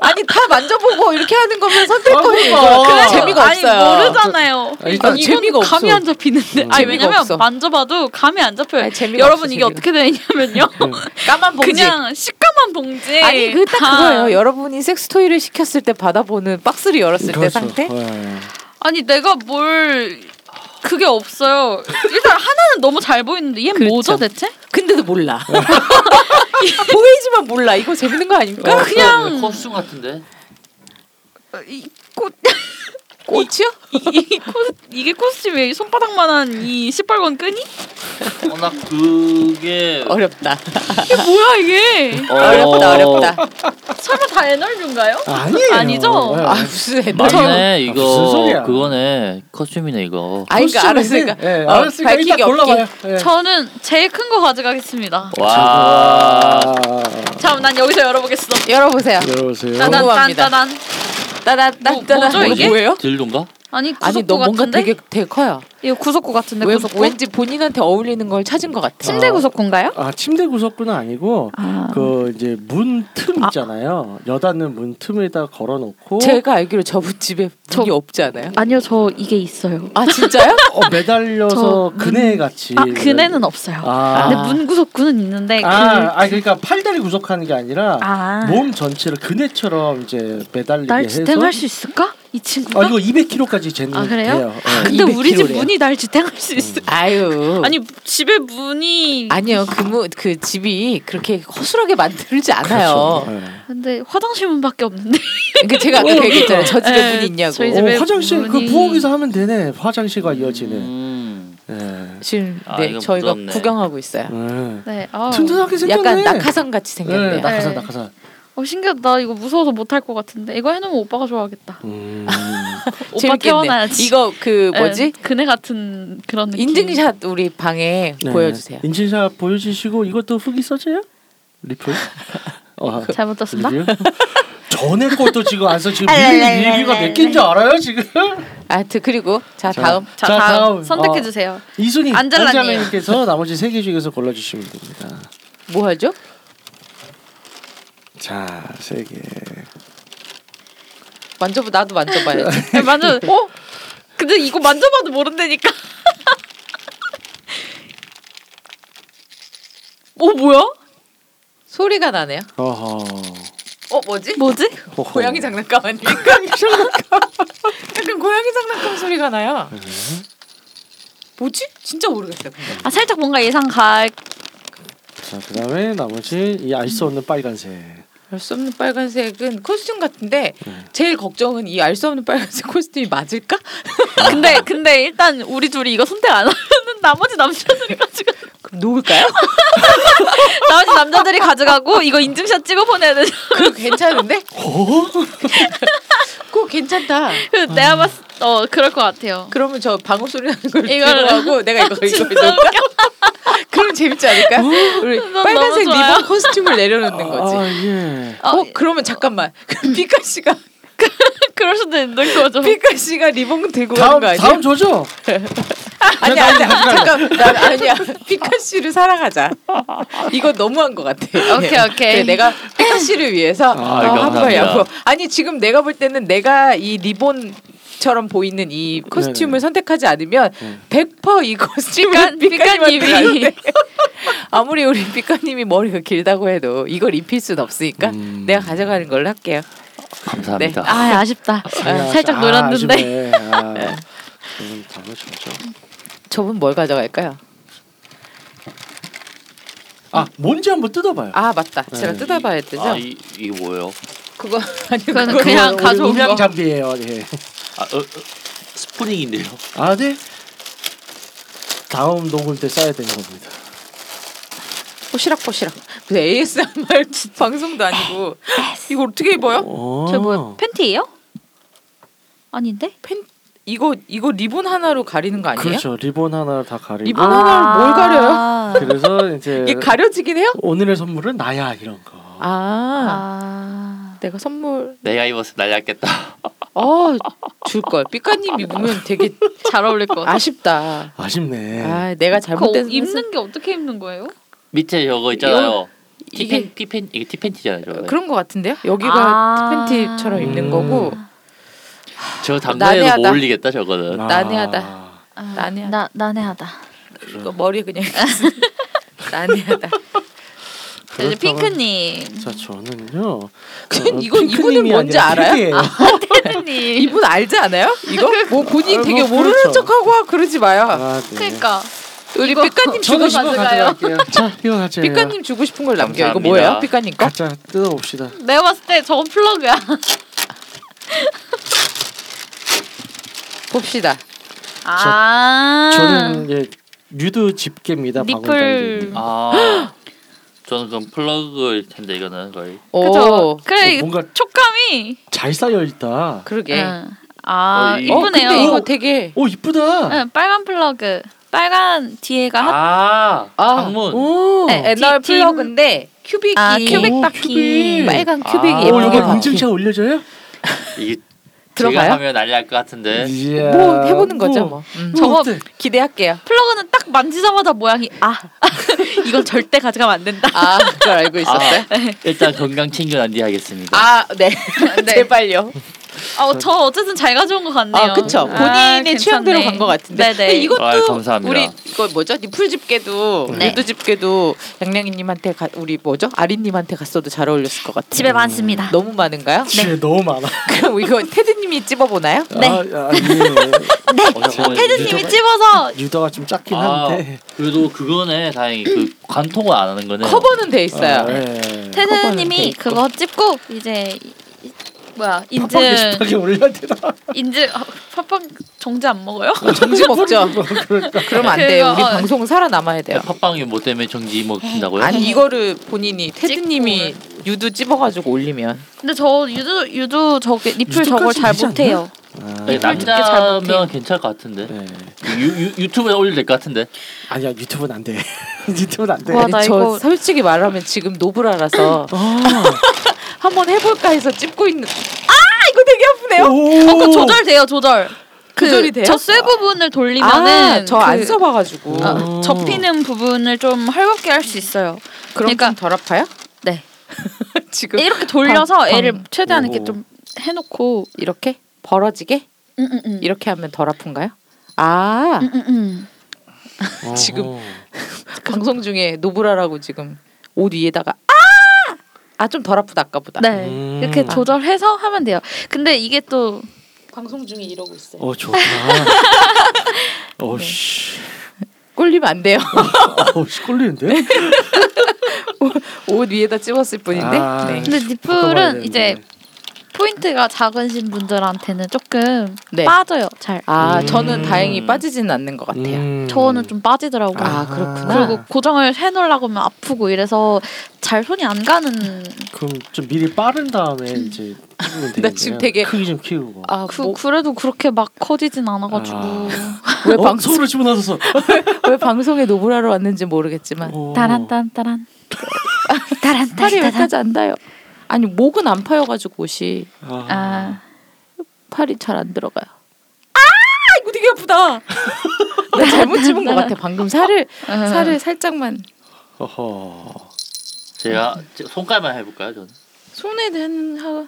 [SPEAKER 1] 아니 다 만져보고 이렇게 하는 거면 선택권이
[SPEAKER 3] 그러니까.
[SPEAKER 1] 뭐 재미가
[SPEAKER 4] 어. 아니,
[SPEAKER 1] 없어요.
[SPEAKER 4] 모르잖아요.
[SPEAKER 3] 아, 일단
[SPEAKER 4] 이건
[SPEAKER 1] 재미가 없어.
[SPEAKER 4] 감이 안 잡히는데. 아니
[SPEAKER 1] 재미가
[SPEAKER 4] 왜냐면
[SPEAKER 1] 없어.
[SPEAKER 4] 만져봐도 감이 안 잡혀요.
[SPEAKER 1] 아니, 재미가
[SPEAKER 4] 여러분
[SPEAKER 1] 없어,
[SPEAKER 4] 이게
[SPEAKER 1] 재미가.
[SPEAKER 4] 어떻게 되냐면요.
[SPEAKER 1] 까만 봉지.
[SPEAKER 4] 그냥 시커먼 봉지.
[SPEAKER 1] 아니 그 딱
[SPEAKER 4] 다-
[SPEAKER 1] 그거예요. 여러분이 섹스토이를 시켰을 때 받아보는 박스를 열었을 때
[SPEAKER 3] 그렇죠.
[SPEAKER 1] 상태.
[SPEAKER 3] 네.
[SPEAKER 4] 아니 내가 뭘 그게 없어요. 일단 하나는 너무 잘 보이는데 얘는
[SPEAKER 1] 그렇죠.
[SPEAKER 4] 뭐죠 대체?
[SPEAKER 1] 근데도 몰라.
[SPEAKER 3] 네.
[SPEAKER 1] 보이지만 몰라. 이거 재밌는 거
[SPEAKER 3] 어,
[SPEAKER 1] 아닙니까?
[SPEAKER 4] 그냥-
[SPEAKER 2] 어, 네, 코스튬 같은데.
[SPEAKER 4] 어, 이꽃
[SPEAKER 1] 꽃이요?
[SPEAKER 4] 이게 코스튬에 손바닥만한 이 시뻘건 끈이?
[SPEAKER 2] 워낙 그게
[SPEAKER 1] 어렵다.
[SPEAKER 4] 이게 뭐야 이게?
[SPEAKER 2] 어,
[SPEAKER 1] 어렵다. 어렵다.
[SPEAKER 4] 설마 다 에너지인가요?
[SPEAKER 3] 아니에요.
[SPEAKER 4] 아니죠?
[SPEAKER 3] 네.
[SPEAKER 1] 아 무슨 애들.
[SPEAKER 2] 맞네
[SPEAKER 3] 아, 무슨 소리야.
[SPEAKER 2] 이거 그거네 코스튬이네 이거.
[SPEAKER 1] 아 그러니까 알았으니까.
[SPEAKER 3] 예,
[SPEAKER 1] 어,
[SPEAKER 3] 알았으니까 일단
[SPEAKER 1] 밝히기 없기.
[SPEAKER 3] 골라봐요. 예.
[SPEAKER 4] 저는 제일 큰 거 가져가겠습니다.
[SPEAKER 2] 와.
[SPEAKER 4] 자, 난 여기서 열어보겠어.
[SPEAKER 1] 열어보세요.
[SPEAKER 3] 예. 들어오세요.
[SPEAKER 1] 나-
[SPEAKER 4] 따단
[SPEAKER 1] 궁금합니다.
[SPEAKER 4] 따단. 뭐-
[SPEAKER 1] 따다따다따다.
[SPEAKER 4] 뭐죠, 이게?
[SPEAKER 1] 뭐예요?
[SPEAKER 2] 딜도인가?
[SPEAKER 4] 아니
[SPEAKER 1] 아니
[SPEAKER 4] 구석구
[SPEAKER 1] 너 뭔가
[SPEAKER 4] 같은데?
[SPEAKER 1] 되게 되게 커요.
[SPEAKER 4] 이거 구석구 같은데
[SPEAKER 1] 왠,
[SPEAKER 3] 뭐?
[SPEAKER 4] 구석구?
[SPEAKER 1] 왠지 본인한테 어울리는 걸 찾은 것 같아.
[SPEAKER 4] 침대 구석구인가요?
[SPEAKER 3] 아 침대 구석구는 아니고
[SPEAKER 4] 아.
[SPEAKER 3] 그 이제 문 틈 있잖아요. 여닫는 문 틈에다 걸어놓고
[SPEAKER 1] 제가 알기로 저분 집에
[SPEAKER 4] 저-
[SPEAKER 1] 문이 없지 않아요?
[SPEAKER 4] 아니요 저 이게 있어요.
[SPEAKER 1] 아 진짜요?
[SPEAKER 3] 어, 매달려서
[SPEAKER 4] 저
[SPEAKER 3] 그네 같이.
[SPEAKER 4] 아 그네는 없어요.
[SPEAKER 3] 아,
[SPEAKER 4] 근데 문 구석구는 있는데
[SPEAKER 3] 아, 아, 그러니까 팔다리 구속하는 게 아니라
[SPEAKER 4] 그... 아.
[SPEAKER 3] 몸 전체를 그네처럼 이제 매달리게
[SPEAKER 4] 날
[SPEAKER 3] 해서.
[SPEAKER 4] 지탱할 수 있을까? 이 친구가?
[SPEAKER 3] 아 이거 200kg까지 재는
[SPEAKER 4] 아, 그래요?
[SPEAKER 3] 돼요. 예.
[SPEAKER 4] 근데 우리 집
[SPEAKER 1] 200kg 래요.
[SPEAKER 4] 문이 날 지탱할 수 있어.
[SPEAKER 1] 아유.
[SPEAKER 4] 아니 집에 문이
[SPEAKER 1] 음, 아니요 그그 그 집이 그렇게 허술하게 만들지 않아요.
[SPEAKER 3] 그렇죠. 예.
[SPEAKER 4] 근데 화장실 문밖에 없는데.
[SPEAKER 1] 그 제가 아까 그 얘기했잖아요. 저 집에
[SPEAKER 4] 네,
[SPEAKER 1] 문이 있냐고.
[SPEAKER 4] 저희
[SPEAKER 3] 어,
[SPEAKER 4] 집에
[SPEAKER 3] 화장실
[SPEAKER 4] 문이-
[SPEAKER 3] 그 부엌에서 하면 되네. 화장실과 이어지는.
[SPEAKER 2] 음.
[SPEAKER 3] 예.
[SPEAKER 1] 지금
[SPEAKER 2] 아,
[SPEAKER 1] 네
[SPEAKER 2] 이거
[SPEAKER 1] 저희가
[SPEAKER 2] 무섭네.
[SPEAKER 1] 구경하고 있어요.
[SPEAKER 3] 예.
[SPEAKER 4] 네. 아.
[SPEAKER 3] 튼튼하게 생겼네.
[SPEAKER 1] 약간 낙하산 같이
[SPEAKER 3] 예,
[SPEAKER 1] 음. 생겼네요.
[SPEAKER 3] 낙하산
[SPEAKER 4] 네.
[SPEAKER 3] 낙하산.
[SPEAKER 4] 어 신기하다. 나 이거 무서워서 못할 것 같은데. 이거 해놓으면 오빠가 좋아하겠다.
[SPEAKER 3] 음.
[SPEAKER 4] 오빠 태워놔야지.
[SPEAKER 1] 어, 이거 그 뭐지
[SPEAKER 4] 네, 그네 같은 그런 느낌.
[SPEAKER 1] 인증샷 우리 방에
[SPEAKER 3] 네.
[SPEAKER 1] 보여주세요.
[SPEAKER 3] 인증샷 보여주시고 이것도 후기 써줘요. 리플. 어,
[SPEAKER 4] 잘못 떴습니다.
[SPEAKER 3] 리뷰? 전에 것도 지금 안써 지금 미리 얘기가 몇 개인 줄 알아요 지금?
[SPEAKER 1] 아트 그리고 자 다음
[SPEAKER 4] 자,
[SPEAKER 3] 자,
[SPEAKER 4] 다음,
[SPEAKER 3] 다음.
[SPEAKER 4] 선택해
[SPEAKER 3] 어.
[SPEAKER 4] 주세요.
[SPEAKER 3] 이순이
[SPEAKER 4] 안젤라님.
[SPEAKER 3] 안젤라님께서 나머지 세 개 중에서 골라주시면 됩니다.
[SPEAKER 1] 뭐 하죠?
[SPEAKER 3] 자, 세 개.
[SPEAKER 1] 만져보 나도 만져봐야지.
[SPEAKER 4] 네, 만져. 어? 근데 이거 만져봐도 모른다니까. 어 뭐야?
[SPEAKER 1] 소리가 나네요.
[SPEAKER 3] 어허.
[SPEAKER 1] 어 뭐지?
[SPEAKER 4] 뭐지?
[SPEAKER 3] 호호.
[SPEAKER 1] 고양이 장난감 아니에요? 고양이 장난감. 약간 고양이 장난감 소리가 나요.
[SPEAKER 3] 네.
[SPEAKER 1] 뭐지? 진짜 모르겠어요. 근데.
[SPEAKER 4] 아 살짝 뭔가 예상 갈
[SPEAKER 3] 자, 그다음에 나머지 이 알 수 없는 빨간색.
[SPEAKER 1] 알수 없는 빨간색은 코스튬 같은데
[SPEAKER 3] 네.
[SPEAKER 1] 제일 걱정은 이 알 수 없는 빨간색 코스튬이 맞을까?
[SPEAKER 4] 근데 근데 일단 우리 둘이 이거 선택 안 하면은 나머지 남자들이 가지고
[SPEAKER 1] 그럼 녹을까요?
[SPEAKER 4] 나머지 남자들이 가져가고 이거 인증샷 찍어 보내야 되죠.
[SPEAKER 1] 그거 괜찮은데?
[SPEAKER 3] 어?
[SPEAKER 1] 그거 괜찮다.
[SPEAKER 4] 그래서 내가 봤을 어 그럴 것 같아요.
[SPEAKER 1] 그러면 저 방울 소리 나는 걸
[SPEAKER 4] 이거를-
[SPEAKER 1] 이걸 하고 내가 이거 이거
[SPEAKER 4] 진짜
[SPEAKER 1] 해줄까? 그럼 재밌지 않을까? 우리
[SPEAKER 4] 너무
[SPEAKER 1] 빨간색
[SPEAKER 4] 좋아요. 어,
[SPEAKER 1] 리본 코스튬을 내려놓는 거지.
[SPEAKER 3] 아, 예.
[SPEAKER 1] 어, 그러면 잠깐만 그럼 피카 씨가
[SPEAKER 4] 그럴 수도 있는 거죠.
[SPEAKER 1] 피카 씨가 리본 들고 가는
[SPEAKER 3] 다음
[SPEAKER 1] 거 아니야?
[SPEAKER 3] 다음 조죠.
[SPEAKER 1] 아니 아니 잠깐 난 아니야 피카 씨를 사랑하자 이거 너무한 것 같아
[SPEAKER 4] 오케이, 오케이.
[SPEAKER 1] 그래, 내가 피카 씨를 위해서 어,
[SPEAKER 2] 아,
[SPEAKER 1] 한번
[SPEAKER 2] 감사합니다.
[SPEAKER 1] 양보 아니 지금 내가 볼 때는 내가 이 리본 처럼 보이는 이 코스튬을
[SPEAKER 3] 네네.
[SPEAKER 1] 선택하지 않으면
[SPEAKER 3] 네.
[SPEAKER 1] 100%이 코스튬은
[SPEAKER 4] 피칸- 피칸님이.
[SPEAKER 1] 피카님이 아무리 우리 피카님이 머리가 길다고 해도 이걸 입힐 순 없으니까
[SPEAKER 3] 음.
[SPEAKER 1] 내가 가져가는 걸로 할게요
[SPEAKER 2] 감사합니다.
[SPEAKER 1] 네.
[SPEAKER 4] 아 아쉽다. 살짝 놀았는데.
[SPEAKER 3] 아쉽네. 아, 음, 다음 조죠.
[SPEAKER 1] 저분 뭘 가져갈까요?
[SPEAKER 3] 아, 뭔지 한번 뜯어봐요.
[SPEAKER 1] 아 맞다 제가
[SPEAKER 3] 네.
[SPEAKER 1] 뜯어봐야 되죠
[SPEAKER 2] 아, 이, 이게 뭐예요?
[SPEAKER 1] 그거 아니
[SPEAKER 4] 그거는
[SPEAKER 1] 그거
[SPEAKER 4] 그냥
[SPEAKER 3] 우리
[SPEAKER 4] 가져온
[SPEAKER 3] 음향
[SPEAKER 4] 거.
[SPEAKER 3] 장비예요. 예.
[SPEAKER 2] 아, 어, 어, 스프링인데요.
[SPEAKER 3] 아, 네. 다음 녹음 때 써야 되는 겁니다.
[SPEAKER 1] 꼬시락꼬시락. 무슨 ASMR 방송도 아니고 이거 어떻게 입어요?
[SPEAKER 4] 저 뭐야 팬티예요? 아닌데?
[SPEAKER 1] 이거 이거 리본 하나로 가리는 거 아니에요?
[SPEAKER 3] 그렇죠. 리본 하나 다 아, 가리고.
[SPEAKER 1] 리본
[SPEAKER 4] 아.
[SPEAKER 1] 하나로 뭘 가려요?
[SPEAKER 3] 그래서 이제
[SPEAKER 1] 이게 가려지긴 해요?
[SPEAKER 3] 오늘의 선물은 나야 이런 거.
[SPEAKER 1] 아,
[SPEAKER 4] 아.
[SPEAKER 1] 내가 선물 아,
[SPEAKER 2] 내가 입어서 날렸겠다.
[SPEAKER 1] 어줄걸 삐까님 입으면 되게
[SPEAKER 4] 잘 어울릴 것 같아.
[SPEAKER 1] 아쉽다.
[SPEAKER 3] 아쉽네.
[SPEAKER 1] 아 내가
[SPEAKER 4] 그거
[SPEAKER 1] 잘못된
[SPEAKER 4] 입는 게 어떻게 입는 거예요?
[SPEAKER 2] 밑에 저거 있잖아요.
[SPEAKER 1] 이게-
[SPEAKER 2] 티팬 티팬 이게 티팬티잖아요. 저거.
[SPEAKER 1] 그런 것 같은데요? 여기가
[SPEAKER 4] 아.
[SPEAKER 1] 팬티처럼 입는
[SPEAKER 3] 음.
[SPEAKER 1] 거고
[SPEAKER 2] 저 담배에도 못
[SPEAKER 1] 난해하다.
[SPEAKER 2] 올리겠다 저거는.
[SPEAKER 3] 아.
[SPEAKER 1] 난해하다.
[SPEAKER 4] 아,
[SPEAKER 1] 난해하다.
[SPEAKER 4] 나 난해하다.
[SPEAKER 1] 이거 머리 그냥 난해하다.
[SPEAKER 4] 자, 이제
[SPEAKER 3] 그렇다면-
[SPEAKER 4] 핑크님,
[SPEAKER 3] 자 저는요.
[SPEAKER 1] 그건
[SPEAKER 3] 어,
[SPEAKER 1] 이거- 이분은
[SPEAKER 3] 핑크님이
[SPEAKER 1] 뭔지
[SPEAKER 3] 아니라
[SPEAKER 1] 알아요?
[SPEAKER 3] 팬이에요.
[SPEAKER 4] 팬님.
[SPEAKER 1] 이분 알지 않아요? 이거 뭐 본인
[SPEAKER 3] 아,
[SPEAKER 1] 되게
[SPEAKER 3] 뭐
[SPEAKER 1] 모르는
[SPEAKER 3] 그렇죠.
[SPEAKER 1] 척하고 와, 그러지 마요.
[SPEAKER 3] 아, 네.
[SPEAKER 4] 그러니까
[SPEAKER 1] 우리
[SPEAKER 4] 이거-
[SPEAKER 1] 삐까님
[SPEAKER 3] 저는
[SPEAKER 1] 주고
[SPEAKER 3] 이거
[SPEAKER 1] 싶은
[SPEAKER 3] 가져갈게요. 자 이거 가져요.
[SPEAKER 1] 삐까님 주고 싶은 걸 남겨. 이거
[SPEAKER 2] 감사합니다.
[SPEAKER 1] 뭐예요? 삐까님 거?
[SPEAKER 3] 가짜 뜯어봅시다.
[SPEAKER 4] 내가 봤을 때 저건 플러그야.
[SPEAKER 1] 봅시다.
[SPEAKER 4] 아.
[SPEAKER 3] 저는 이제 뉴드 집게입니다.
[SPEAKER 4] 니플.
[SPEAKER 3] 방울달리.
[SPEAKER 2] 아 저는 그럼 플러그일 텐데 이거는 거의.
[SPEAKER 1] 오.
[SPEAKER 4] 그죠. 그래
[SPEAKER 3] 어, 뭔가
[SPEAKER 4] 촉감이.
[SPEAKER 3] 잘 쌓여 있다.
[SPEAKER 1] 그러게.
[SPEAKER 4] 응. 아
[SPEAKER 2] 어, 이-
[SPEAKER 1] 어,
[SPEAKER 4] 이쁘네요.
[SPEAKER 1] 근데 이거 되게
[SPEAKER 3] 오 이쁘다.
[SPEAKER 4] 응, 빨간 플러그. 빨간 뒤에가 핫.
[SPEAKER 2] 아,
[SPEAKER 1] 아.
[SPEAKER 2] 방문.
[SPEAKER 3] 오.
[SPEAKER 1] 네, 애널
[SPEAKER 4] 디- 디-
[SPEAKER 1] 플러그인데 큐빅이
[SPEAKER 4] 아, 큐빅
[SPEAKER 3] 오,
[SPEAKER 4] 바퀴.
[SPEAKER 3] 큐빅.
[SPEAKER 1] 빨간
[SPEAKER 2] 아.
[SPEAKER 1] 큐빅이
[SPEAKER 3] 오
[SPEAKER 1] 예쁘게
[SPEAKER 3] 여기
[SPEAKER 1] 나와.
[SPEAKER 3] 인증샷 올려줘요?
[SPEAKER 2] 이게
[SPEAKER 1] 들어가요?
[SPEAKER 2] 제가 하면 난리 날것 같은데.
[SPEAKER 3] 이야.
[SPEAKER 1] 뭐 해보는 거죠 뭐. 음.
[SPEAKER 3] 저
[SPEAKER 4] 저거-
[SPEAKER 3] 어,
[SPEAKER 4] 네.
[SPEAKER 3] 어때?
[SPEAKER 1] 기대할게요.
[SPEAKER 4] 플러그는 딱 만지자마자 모양이 아 이건 절대 가져가면 안 된다.
[SPEAKER 1] 아 그걸 알고
[SPEAKER 2] 아,
[SPEAKER 1] 있었어요?
[SPEAKER 2] 일단 건강 챙겨 난뒤 하겠습니다.
[SPEAKER 1] 네. 아 네. 제발요.
[SPEAKER 4] 아, 저 어쨌든 잘 가져온 것 같네요.
[SPEAKER 1] 아 그쵸. 본인의
[SPEAKER 4] 아,
[SPEAKER 1] 취향대로
[SPEAKER 4] 괜찮네.
[SPEAKER 1] 간 것 같은데.
[SPEAKER 4] 네네.
[SPEAKER 1] 근데 이것도
[SPEAKER 2] 아이, 감사합니다.
[SPEAKER 1] 우리 이거 뭐죠? 니풀 집게도
[SPEAKER 4] 네.
[SPEAKER 1] 유두 집게도 양양이님한테 가, 우리 뭐죠? 아린님한테 갔어도 잘 어울렸을 것 같아.
[SPEAKER 4] 집에 많습니다.
[SPEAKER 1] 너무 많은가요?
[SPEAKER 3] 집에 너무 많아.
[SPEAKER 1] 그럼 이거 테드님이 찝어보나요?
[SPEAKER 4] 네.
[SPEAKER 3] 아, 아니,
[SPEAKER 4] 헤드님이 찝어서
[SPEAKER 3] 유도가 좀 작긴
[SPEAKER 2] 아,
[SPEAKER 3] 한데.
[SPEAKER 2] 그래도 그거네 다행히 그 관통을 안 하는 거네.
[SPEAKER 1] 커버는 돼 있어요.
[SPEAKER 3] 아, 어, 예.
[SPEAKER 1] 돼
[SPEAKER 4] 헤드님이
[SPEAKER 1] 있고.
[SPEAKER 4] 그거 찝고 이제 이- 이- 뭐야
[SPEAKER 3] 팝빵
[SPEAKER 4] 인증
[SPEAKER 3] 게시판에 어, 올려야 되나?
[SPEAKER 4] 인증 아, 팝빵 정지 안 먹어요?
[SPEAKER 1] 정지 먹죠.
[SPEAKER 3] 그러니까.
[SPEAKER 1] 그러면 안 돼요. 우리
[SPEAKER 4] 그거, 어.
[SPEAKER 1] 방송 살아남아야 돼요.
[SPEAKER 2] 팟빵이 뭐 때문에 정지 먹힌다고요? 네,
[SPEAKER 1] 아니 이거를 본인이 테드님이 유두 찝어가지고 올리면
[SPEAKER 4] 근데 저 유두 유두 저게 리플
[SPEAKER 3] 유두까지
[SPEAKER 4] 저걸 잘
[SPEAKER 3] 되지 않나?
[SPEAKER 4] 못해요.
[SPEAKER 2] 아니,
[SPEAKER 4] 잘 못해요.
[SPEAKER 2] 남자면 괜찮을 것 같은데.
[SPEAKER 3] 네.
[SPEAKER 2] 유, 유, 유튜브에 올릴 될것 같은데.
[SPEAKER 3] 아니야 유튜브는 안 돼. 유튜브는 안 돼.
[SPEAKER 4] 와,
[SPEAKER 1] 아니,
[SPEAKER 4] 나
[SPEAKER 1] 저
[SPEAKER 4] 이거-
[SPEAKER 1] 솔직히 말하면 지금 노브라라서
[SPEAKER 3] 아,
[SPEAKER 1] 한번 해볼까 해서 찝고 있는. 아 이거 되게 아프네요.
[SPEAKER 3] 오.
[SPEAKER 4] 어, 그 조절돼요 조절.
[SPEAKER 1] 조절이 돼요? 아.
[SPEAKER 4] 그젖쇠 부분을 돌리면은
[SPEAKER 1] 아저 안
[SPEAKER 4] 그-
[SPEAKER 1] 써봐가지고
[SPEAKER 4] 아,
[SPEAKER 3] 오.
[SPEAKER 4] 접히는 부분을 좀 헐겁게 할 수 있어요.
[SPEAKER 1] 그럼
[SPEAKER 4] 그러니까-
[SPEAKER 1] 좀그 덜 아파요?
[SPEAKER 4] 네.
[SPEAKER 1] 지금
[SPEAKER 4] 이렇게 돌려서
[SPEAKER 1] 방-
[SPEAKER 4] 애를 최대한 이렇게
[SPEAKER 3] 오.
[SPEAKER 4] 좀 해놓고
[SPEAKER 1] 이렇게 벌어지게
[SPEAKER 4] 음, 음, 음.
[SPEAKER 1] 이렇게 하면 덜 아픈가요? 아
[SPEAKER 4] 음, 음, 음.
[SPEAKER 3] 어.
[SPEAKER 1] 지금. 방송 중에 노브라라고 지금 옷 위에다가 아! 아아좀 덜 아프다 아까보다.
[SPEAKER 4] 네
[SPEAKER 3] 음.
[SPEAKER 4] 이렇게 조절해서 하면 돼요. 근데 이게 또
[SPEAKER 1] 방송 중에 이러고 있어요.
[SPEAKER 3] 어 좋다. 어씨. 아,
[SPEAKER 1] 꼴리면 안 돼요.
[SPEAKER 3] 어씨 걸리는데?
[SPEAKER 1] 옷 위에다 찝었을 뿐인데.
[SPEAKER 3] 아.
[SPEAKER 1] 네.
[SPEAKER 4] 근데
[SPEAKER 3] 바꿔봐야
[SPEAKER 4] 니플은
[SPEAKER 3] 되는데.
[SPEAKER 4] 이제 포인트가 작으신 분들한테는 조금
[SPEAKER 1] 네.
[SPEAKER 4] 빠져요 잘.
[SPEAKER 1] 아
[SPEAKER 3] 음.
[SPEAKER 1] 저는 다행히 빠지지는 않는 것 같아요.
[SPEAKER 3] 음.
[SPEAKER 4] 저는 좀 빠지더라고요.
[SPEAKER 1] 아,
[SPEAKER 3] 아하.
[SPEAKER 1] 그렇구나.
[SPEAKER 4] 그리고 고정을 해놓으려고 하면 아프고 이래서 잘 손이 안 가는
[SPEAKER 3] 그럼 좀 미리 빠른 다음에 이제 찍으면 되겠네요.
[SPEAKER 1] 지금 되게-
[SPEAKER 3] 크기 좀 키우고.
[SPEAKER 1] 아
[SPEAKER 4] 그,
[SPEAKER 1] 뭐,
[SPEAKER 4] 그래도 그렇게 막 커지진 않아가지고
[SPEAKER 1] 왜
[SPEAKER 3] 어?
[SPEAKER 1] 방송 아,
[SPEAKER 3] 소를 집어넣어서.
[SPEAKER 1] 왜 방송에 노브라로 왔는지 모르겠지만
[SPEAKER 3] 어.
[SPEAKER 4] 따란따란 따란 따란
[SPEAKER 1] 팔이
[SPEAKER 4] 따란 따란
[SPEAKER 1] 여기까지 안 닿아요. 아니 목은 안 파여가지고 옷이
[SPEAKER 3] 아.
[SPEAKER 4] 아
[SPEAKER 1] 팔이 잘 안 들어가요. 아 이거 되게 아프다. 나 잘못 집은 것 같아. 방금 살을
[SPEAKER 3] 어.
[SPEAKER 4] 어.
[SPEAKER 1] 살을 살짝만
[SPEAKER 3] 허허.
[SPEAKER 2] 제가 제- 손가락만 해볼까요 저는?
[SPEAKER 1] 손에 대한 하.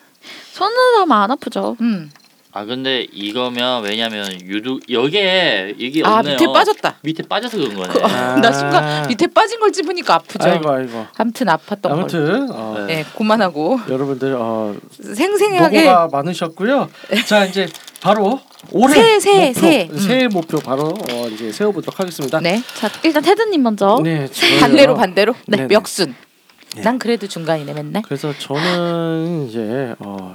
[SPEAKER 4] 손으로 하면 안 아프죠
[SPEAKER 1] 음.
[SPEAKER 2] 아 근데 이거면 왜냐면 유두 여기에 이게
[SPEAKER 1] 아
[SPEAKER 2] 없네요.
[SPEAKER 1] 밑에 빠졌다.
[SPEAKER 2] 밑에 빠져서 그런 거네.
[SPEAKER 1] 그- 나 순간 밑에 빠진 걸 찝으니까 아프죠.
[SPEAKER 3] 아. 아이고 아이고.
[SPEAKER 1] 아무튼 아팠던 걸.
[SPEAKER 3] 아무튼 어,
[SPEAKER 1] 예, 고만하고
[SPEAKER 3] 여러분들 어,
[SPEAKER 1] 생생하게
[SPEAKER 3] 노고가 많으셨고요. 자 이제 바로 올해
[SPEAKER 1] 네. 새해, 새해,
[SPEAKER 3] 목표,
[SPEAKER 1] 새해. 음.
[SPEAKER 3] 새해 목표 바로 어, 이제 세워보도록 하겠습니다.
[SPEAKER 1] 네.
[SPEAKER 4] 자 일단 테드님 먼저
[SPEAKER 3] 네, 저는요.
[SPEAKER 1] 반대로 반대로. 네.
[SPEAKER 3] 네네.
[SPEAKER 1] 역순.
[SPEAKER 3] 예.
[SPEAKER 1] 난 그래도 중간이네 맨날.
[SPEAKER 3] 그래서 저는 이제 어,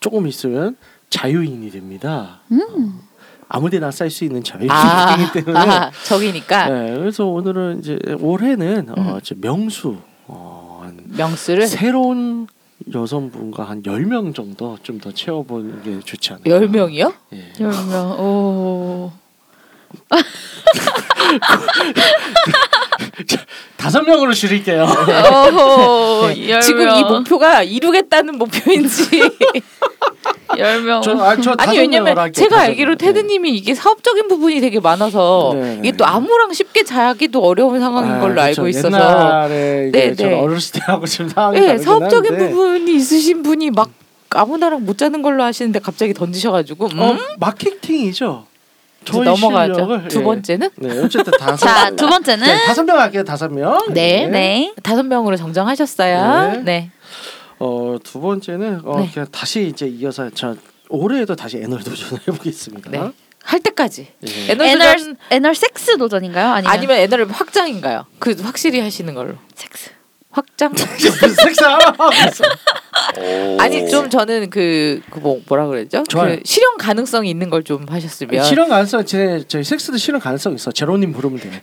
[SPEAKER 3] 조금 있으면 자유인이 됩니다.
[SPEAKER 4] 음.
[SPEAKER 3] 아무데나 쌀 수 있는 자유이기
[SPEAKER 1] 아,
[SPEAKER 3] 때문에
[SPEAKER 1] 아 저기니까
[SPEAKER 3] 네, 그래서 오늘은 이제 올해는
[SPEAKER 1] 음.
[SPEAKER 3] 어, 이제 명수 어, 한
[SPEAKER 1] 명수를
[SPEAKER 3] 새로운 여성분과 한 10명 정도 좀 더 채워보는 게 좋지 않을까
[SPEAKER 1] 열 명이요?
[SPEAKER 3] 예.
[SPEAKER 1] 열 명. 오.
[SPEAKER 3] 다섯 명으로 줄일게요
[SPEAKER 4] 어허,
[SPEAKER 1] 네.
[SPEAKER 4] 열
[SPEAKER 1] 지금 이
[SPEAKER 4] 명.
[SPEAKER 1] 목표가 이루겠다는 목표인지
[SPEAKER 4] 열 명.
[SPEAKER 3] 저, 아, 저 다섯
[SPEAKER 1] 아니
[SPEAKER 3] 명으로 네.
[SPEAKER 1] 왜냐면
[SPEAKER 3] 할게요,
[SPEAKER 1] 제가
[SPEAKER 3] 다섯
[SPEAKER 1] 알기로
[SPEAKER 3] 명.
[SPEAKER 1] 테드님이 이게 사업적인 부분이 되게 많아서
[SPEAKER 3] 네,
[SPEAKER 1] 이게
[SPEAKER 3] 네.
[SPEAKER 1] 또 아무랑 쉽게 자기도 어려운 상황인
[SPEAKER 3] 아,
[SPEAKER 1] 걸로
[SPEAKER 3] 그렇죠.
[SPEAKER 1] 알고 있어서
[SPEAKER 3] 옛날에 이제
[SPEAKER 1] 네,
[SPEAKER 3] 저는
[SPEAKER 1] 네.
[SPEAKER 3] 어렸을 때하고 지금 상황이
[SPEAKER 1] 예,
[SPEAKER 3] 다르긴
[SPEAKER 1] 사업적인
[SPEAKER 3] 한데
[SPEAKER 1] 부분이 있으신 분이 막 아무나랑 못 자는 걸로 하시는데 갑자기 던지셔가지고 음?
[SPEAKER 3] 어, 마케팅이죠.
[SPEAKER 1] 이제
[SPEAKER 3] 저희
[SPEAKER 1] 넘어가죠.
[SPEAKER 3] 실력을
[SPEAKER 1] 두
[SPEAKER 3] 예.
[SPEAKER 1] 번째는
[SPEAKER 3] 네, 어쨌든 다섯.
[SPEAKER 4] 자, 두 번째는
[SPEAKER 3] 네, 다섯 명 할게요. 다섯 명.
[SPEAKER 1] 네.
[SPEAKER 3] 예.
[SPEAKER 4] 네.
[SPEAKER 1] 다섯 명으로 정정하셨어요.
[SPEAKER 3] 네.
[SPEAKER 1] 네.
[SPEAKER 3] 어, 두 번째는 어,
[SPEAKER 1] 네.
[SPEAKER 3] 그냥 다시 이제 이어서 저 올해에도 다시 에너지 도전을 해보겠습니다.
[SPEAKER 1] 네. 할 때까지
[SPEAKER 3] 예.
[SPEAKER 1] 에너지
[SPEAKER 4] 네. 에널
[SPEAKER 1] 도전-
[SPEAKER 4] 에널 섹스 도전인가요? 아니면
[SPEAKER 1] 아니면 에너지 확장인가요? 그 확실히 하시는 걸로
[SPEAKER 4] 섹스.
[SPEAKER 1] 확장.
[SPEAKER 3] 색상.
[SPEAKER 1] 아니 좀 저는 그, 그 뭐, 뭐라 그랬죠?
[SPEAKER 3] 좋아요.
[SPEAKER 1] 그 실현 가능성이 있는 걸 좀 하셨으면
[SPEAKER 3] 실현 가능성 제 저희 섹스도 실현 가능성 있어. 제로님 부르면 돼.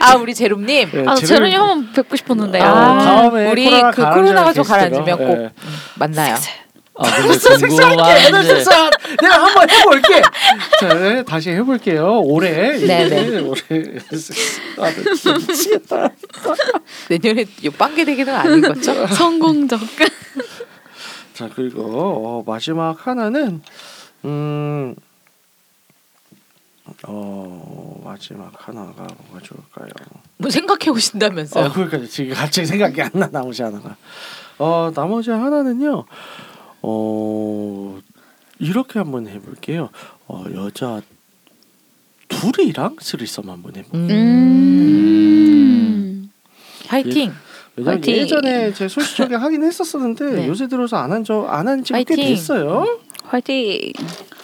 [SPEAKER 1] 아 우리 제롬님
[SPEAKER 3] 예,
[SPEAKER 4] 아,
[SPEAKER 3] 제로님-
[SPEAKER 4] 제로님 한번 뵙고 싶었는데요.
[SPEAKER 3] 아, 다음에
[SPEAKER 1] 우리
[SPEAKER 3] 코로나
[SPEAKER 1] 그
[SPEAKER 3] 가라앉아요,
[SPEAKER 1] 코로나가 좀
[SPEAKER 3] 게스트가.
[SPEAKER 1] 가라앉으면 꼭
[SPEAKER 3] 예.
[SPEAKER 1] 음, 만나요.
[SPEAKER 2] 아 근데 궁금한데
[SPEAKER 3] 자, 내가 한번 해볼게. 자, 네, 다시 해볼게요. 올해.
[SPEAKER 1] 네, 네.
[SPEAKER 3] 예, 올해. 아, 네, 미치겠다.
[SPEAKER 1] 내년에 요 빵개 되기는 아닌 거죠?
[SPEAKER 4] 성공적.
[SPEAKER 3] 자 그리고 어, 마지막 하나는 음. 어 마지막 하나가 뭐가 좋을까요?
[SPEAKER 1] 뭐 생각해 오신다면서요?
[SPEAKER 3] 어 그러니까 지금 갑자기 생각이 안 나 나머지 하나가 어 나머지 하나는요 어 이렇게 한번 해볼게요 어 여자 둘이랑 스리썸 한번 해볼게요
[SPEAKER 1] 음.
[SPEAKER 4] 음.
[SPEAKER 1] 파이팅.
[SPEAKER 3] 왜냐면
[SPEAKER 1] 화이팅!
[SPEAKER 3] 예전에 제 소식적에 하긴 했었었는데
[SPEAKER 1] 네.
[SPEAKER 3] 요새 들어서 안 한 적 안 한 지가 꽤
[SPEAKER 1] 화이팅!
[SPEAKER 3] 됐어요
[SPEAKER 4] 화이팅.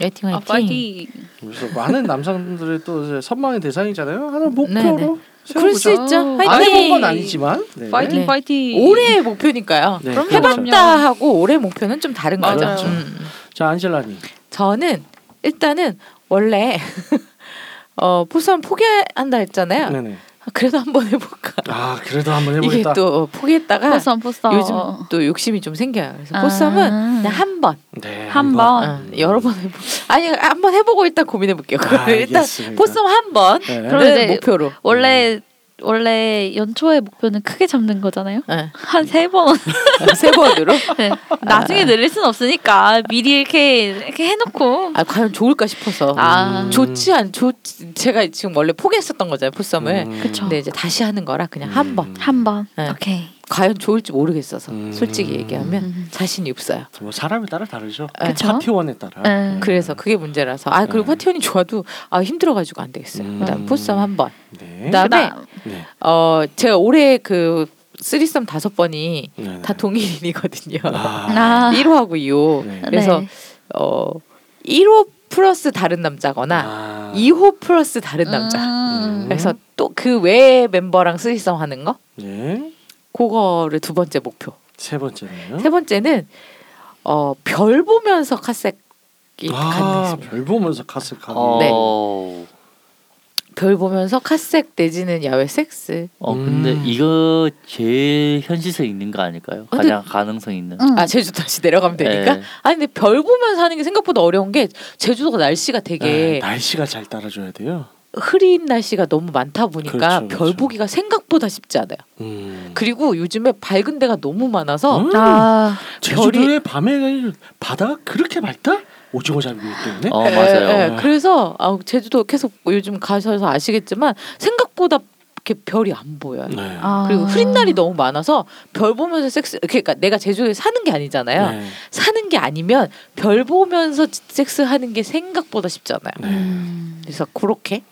[SPEAKER 1] 파이팅
[SPEAKER 4] 아,
[SPEAKER 1] 파이팅.
[SPEAKER 4] 파이팅.
[SPEAKER 3] 그래서 많은 남성들의 또 이제 선망의 대상이잖아요. 하나
[SPEAKER 1] 네네.
[SPEAKER 3] 목표로
[SPEAKER 1] 그럴 수
[SPEAKER 3] 세워보자.
[SPEAKER 1] 있죠.
[SPEAKER 4] 아,
[SPEAKER 3] 안 해본 건
[SPEAKER 1] 파이팅.
[SPEAKER 3] 아니지만 네.
[SPEAKER 4] 파이팅
[SPEAKER 1] 네.
[SPEAKER 4] 파이팅.
[SPEAKER 1] 올해의 목표니까요.
[SPEAKER 3] 네,
[SPEAKER 1] 그럼
[SPEAKER 3] 그렇죠.
[SPEAKER 1] 해봤다 하고 올해 목표는 좀 다른 거죠.
[SPEAKER 4] 맞아요.
[SPEAKER 1] 음.
[SPEAKER 3] 자 안젤라님.
[SPEAKER 1] 저는 일단은 원래 어 포스한 포기한다 했잖아요.
[SPEAKER 3] 네네.
[SPEAKER 1] 아, 그래도 한번 해볼까.
[SPEAKER 3] 아 그래도 한번
[SPEAKER 1] 이게
[SPEAKER 3] 해보겠다.
[SPEAKER 1] 또 포기했다가
[SPEAKER 4] 포썸 포썸.
[SPEAKER 1] 요즘 또 욕심이 좀 생겨요. 그래서 포썸은
[SPEAKER 4] 아.
[SPEAKER 1] 그냥 한 번,
[SPEAKER 3] 네.
[SPEAKER 4] 한번.
[SPEAKER 1] 어, 여러 번 해보. 아니 한 번 해보고 일단 고민해볼게요.
[SPEAKER 3] 아,
[SPEAKER 1] 일단
[SPEAKER 3] 알겠습니다.
[SPEAKER 1] 포썸 한 번.
[SPEAKER 3] 네.
[SPEAKER 4] 그럼 이제-
[SPEAKER 1] 을 목표로. 음.
[SPEAKER 4] 원래 원래 연초의 목표는 크게 잡는 거잖아요.
[SPEAKER 1] 네.
[SPEAKER 4] 한 세 번.
[SPEAKER 1] 세 번으로.
[SPEAKER 4] 네.
[SPEAKER 1] 아.
[SPEAKER 4] 나중에 늘릴 순 없으니까 미리 이렇게 이렇게 해놓고.
[SPEAKER 1] 아 과연 좋을까 싶어서.
[SPEAKER 4] 아.
[SPEAKER 3] 음.
[SPEAKER 1] 좋지 않 좋. 제가 지금 원래 포기했었던 거잖아요 포썸을.
[SPEAKER 3] 음.
[SPEAKER 4] 그쵸.
[SPEAKER 1] 근데 이제 다시 하는 거라 그냥 한 번.
[SPEAKER 4] 한 번.
[SPEAKER 1] 네.
[SPEAKER 4] 오케이.
[SPEAKER 1] 과연 좋을지 모르겠어서
[SPEAKER 3] 음.
[SPEAKER 1] 솔직히 얘기하면
[SPEAKER 4] 음.
[SPEAKER 1] 자신이 없어요.
[SPEAKER 3] 뭐 사람에 따라 다르죠.
[SPEAKER 1] 네.
[SPEAKER 4] 그쵸?
[SPEAKER 3] 파티원에 따라.
[SPEAKER 4] 네.
[SPEAKER 1] 그래서 그게 문제라서 아 그리고
[SPEAKER 3] 네.
[SPEAKER 1] 파티원이 좋아도 아 힘들어가지고 안 되겠어요.
[SPEAKER 3] 음.
[SPEAKER 1] 그다음 포썸 한 번.
[SPEAKER 3] 네.
[SPEAKER 1] 그다음에
[SPEAKER 4] 그다음.
[SPEAKER 3] 네.
[SPEAKER 1] 어 제가 올해 그 쓰리썸 다섯 번이
[SPEAKER 3] 네네.
[SPEAKER 1] 다 동일인이거든요.
[SPEAKER 3] 아.
[SPEAKER 4] 나.
[SPEAKER 1] 1호하고 2호.
[SPEAKER 3] 네.
[SPEAKER 1] 그래서 어 1호 플러스 다른 남자거나
[SPEAKER 3] 아.
[SPEAKER 1] 2호 플러스 다른 그 남자.
[SPEAKER 4] 음.
[SPEAKER 1] 그래서 또 그 외 멤버랑 쓰리썸 하는 거?
[SPEAKER 3] 네.
[SPEAKER 1] 그거를 두 번째 목표.
[SPEAKER 3] 세 번째는요. 아,
[SPEAKER 1] 세 번째는 어 별 보면서 카색이
[SPEAKER 3] 아,
[SPEAKER 1] 가능했습니다.
[SPEAKER 3] 별 보면서 카스 가.
[SPEAKER 2] 어,
[SPEAKER 1] 네.
[SPEAKER 2] 어
[SPEAKER 1] 별 보면서 카색 내지는 야외 섹스.
[SPEAKER 2] 어, 근데
[SPEAKER 3] 음.
[SPEAKER 2] 이거 제일 현실성 있는 거 아닐까요?
[SPEAKER 1] 어, 근데-
[SPEAKER 2] 가장 가능성 있는
[SPEAKER 4] 음.
[SPEAKER 1] 아 제주 다시 내려가면 되니까.
[SPEAKER 2] 네.
[SPEAKER 1] 아니 근데 별 보면서 하는 게 생각보다 어려운 게 제주도가 날씨가
[SPEAKER 3] 네,
[SPEAKER 1] 되게
[SPEAKER 3] 날씨가 잘 따라줘야 돼요.
[SPEAKER 1] 흐린 날씨가 너무 많다 보니까
[SPEAKER 3] 그렇죠,
[SPEAKER 1] 별
[SPEAKER 3] 그렇죠.
[SPEAKER 1] 보기가 생각보다 쉽지 않아요.
[SPEAKER 3] 음.
[SPEAKER 1] 그리고 요즘에 밝은 데가 너무 많아서
[SPEAKER 3] 음.
[SPEAKER 4] 아.
[SPEAKER 3] 제주도의 밤에 바다가 그렇게 밝다? 오징어 잡기 때문에.
[SPEAKER 2] 어
[SPEAKER 1] 예,
[SPEAKER 2] 맞아요.
[SPEAKER 1] 예, 그래서 아, 제주도 계속 요즘 가셔서 아시겠지만 생각보다 이렇게 별이 안 보여요.
[SPEAKER 3] 네.
[SPEAKER 4] 아.
[SPEAKER 1] 그리고 흐린 날이 너무 많아서 별 보면서 섹스 그러니까 내가 제주도에 사는 게 아니잖아요.
[SPEAKER 3] 네.
[SPEAKER 1] 사는 게 아니면 별 보면서 섹스 하는 게 생각보다 쉽잖아요.
[SPEAKER 3] 네.
[SPEAKER 4] 음.
[SPEAKER 1] 그래서 그렇게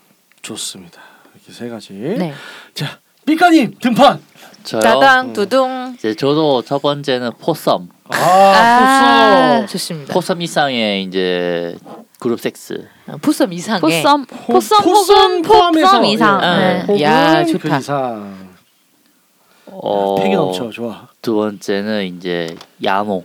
[SPEAKER 3] 좋습니다. 이렇게 세 가지.
[SPEAKER 1] 네.
[SPEAKER 3] 자, 삐까님 등판.
[SPEAKER 2] 저요.
[SPEAKER 1] 따당 두둥
[SPEAKER 2] 이제 저도 첫 번째는 포썸.
[SPEAKER 3] 아, 아~
[SPEAKER 1] 좋습니다.
[SPEAKER 2] 포섬 이상의 이제 그룹 섹스.
[SPEAKER 1] 어, 포섬 이상의
[SPEAKER 4] 포썸
[SPEAKER 3] 포-
[SPEAKER 4] 포썸 혹은
[SPEAKER 3] 포썸 포함해서,
[SPEAKER 4] 포썸 이상.
[SPEAKER 1] 예.
[SPEAKER 4] 네.
[SPEAKER 1] 어. 야,
[SPEAKER 3] 혹은
[SPEAKER 1] 좋다.
[SPEAKER 3] 그 이상.
[SPEAKER 2] 어,
[SPEAKER 3] 패기 넘쳐 좋아.
[SPEAKER 2] 두 번째는 이제 야노.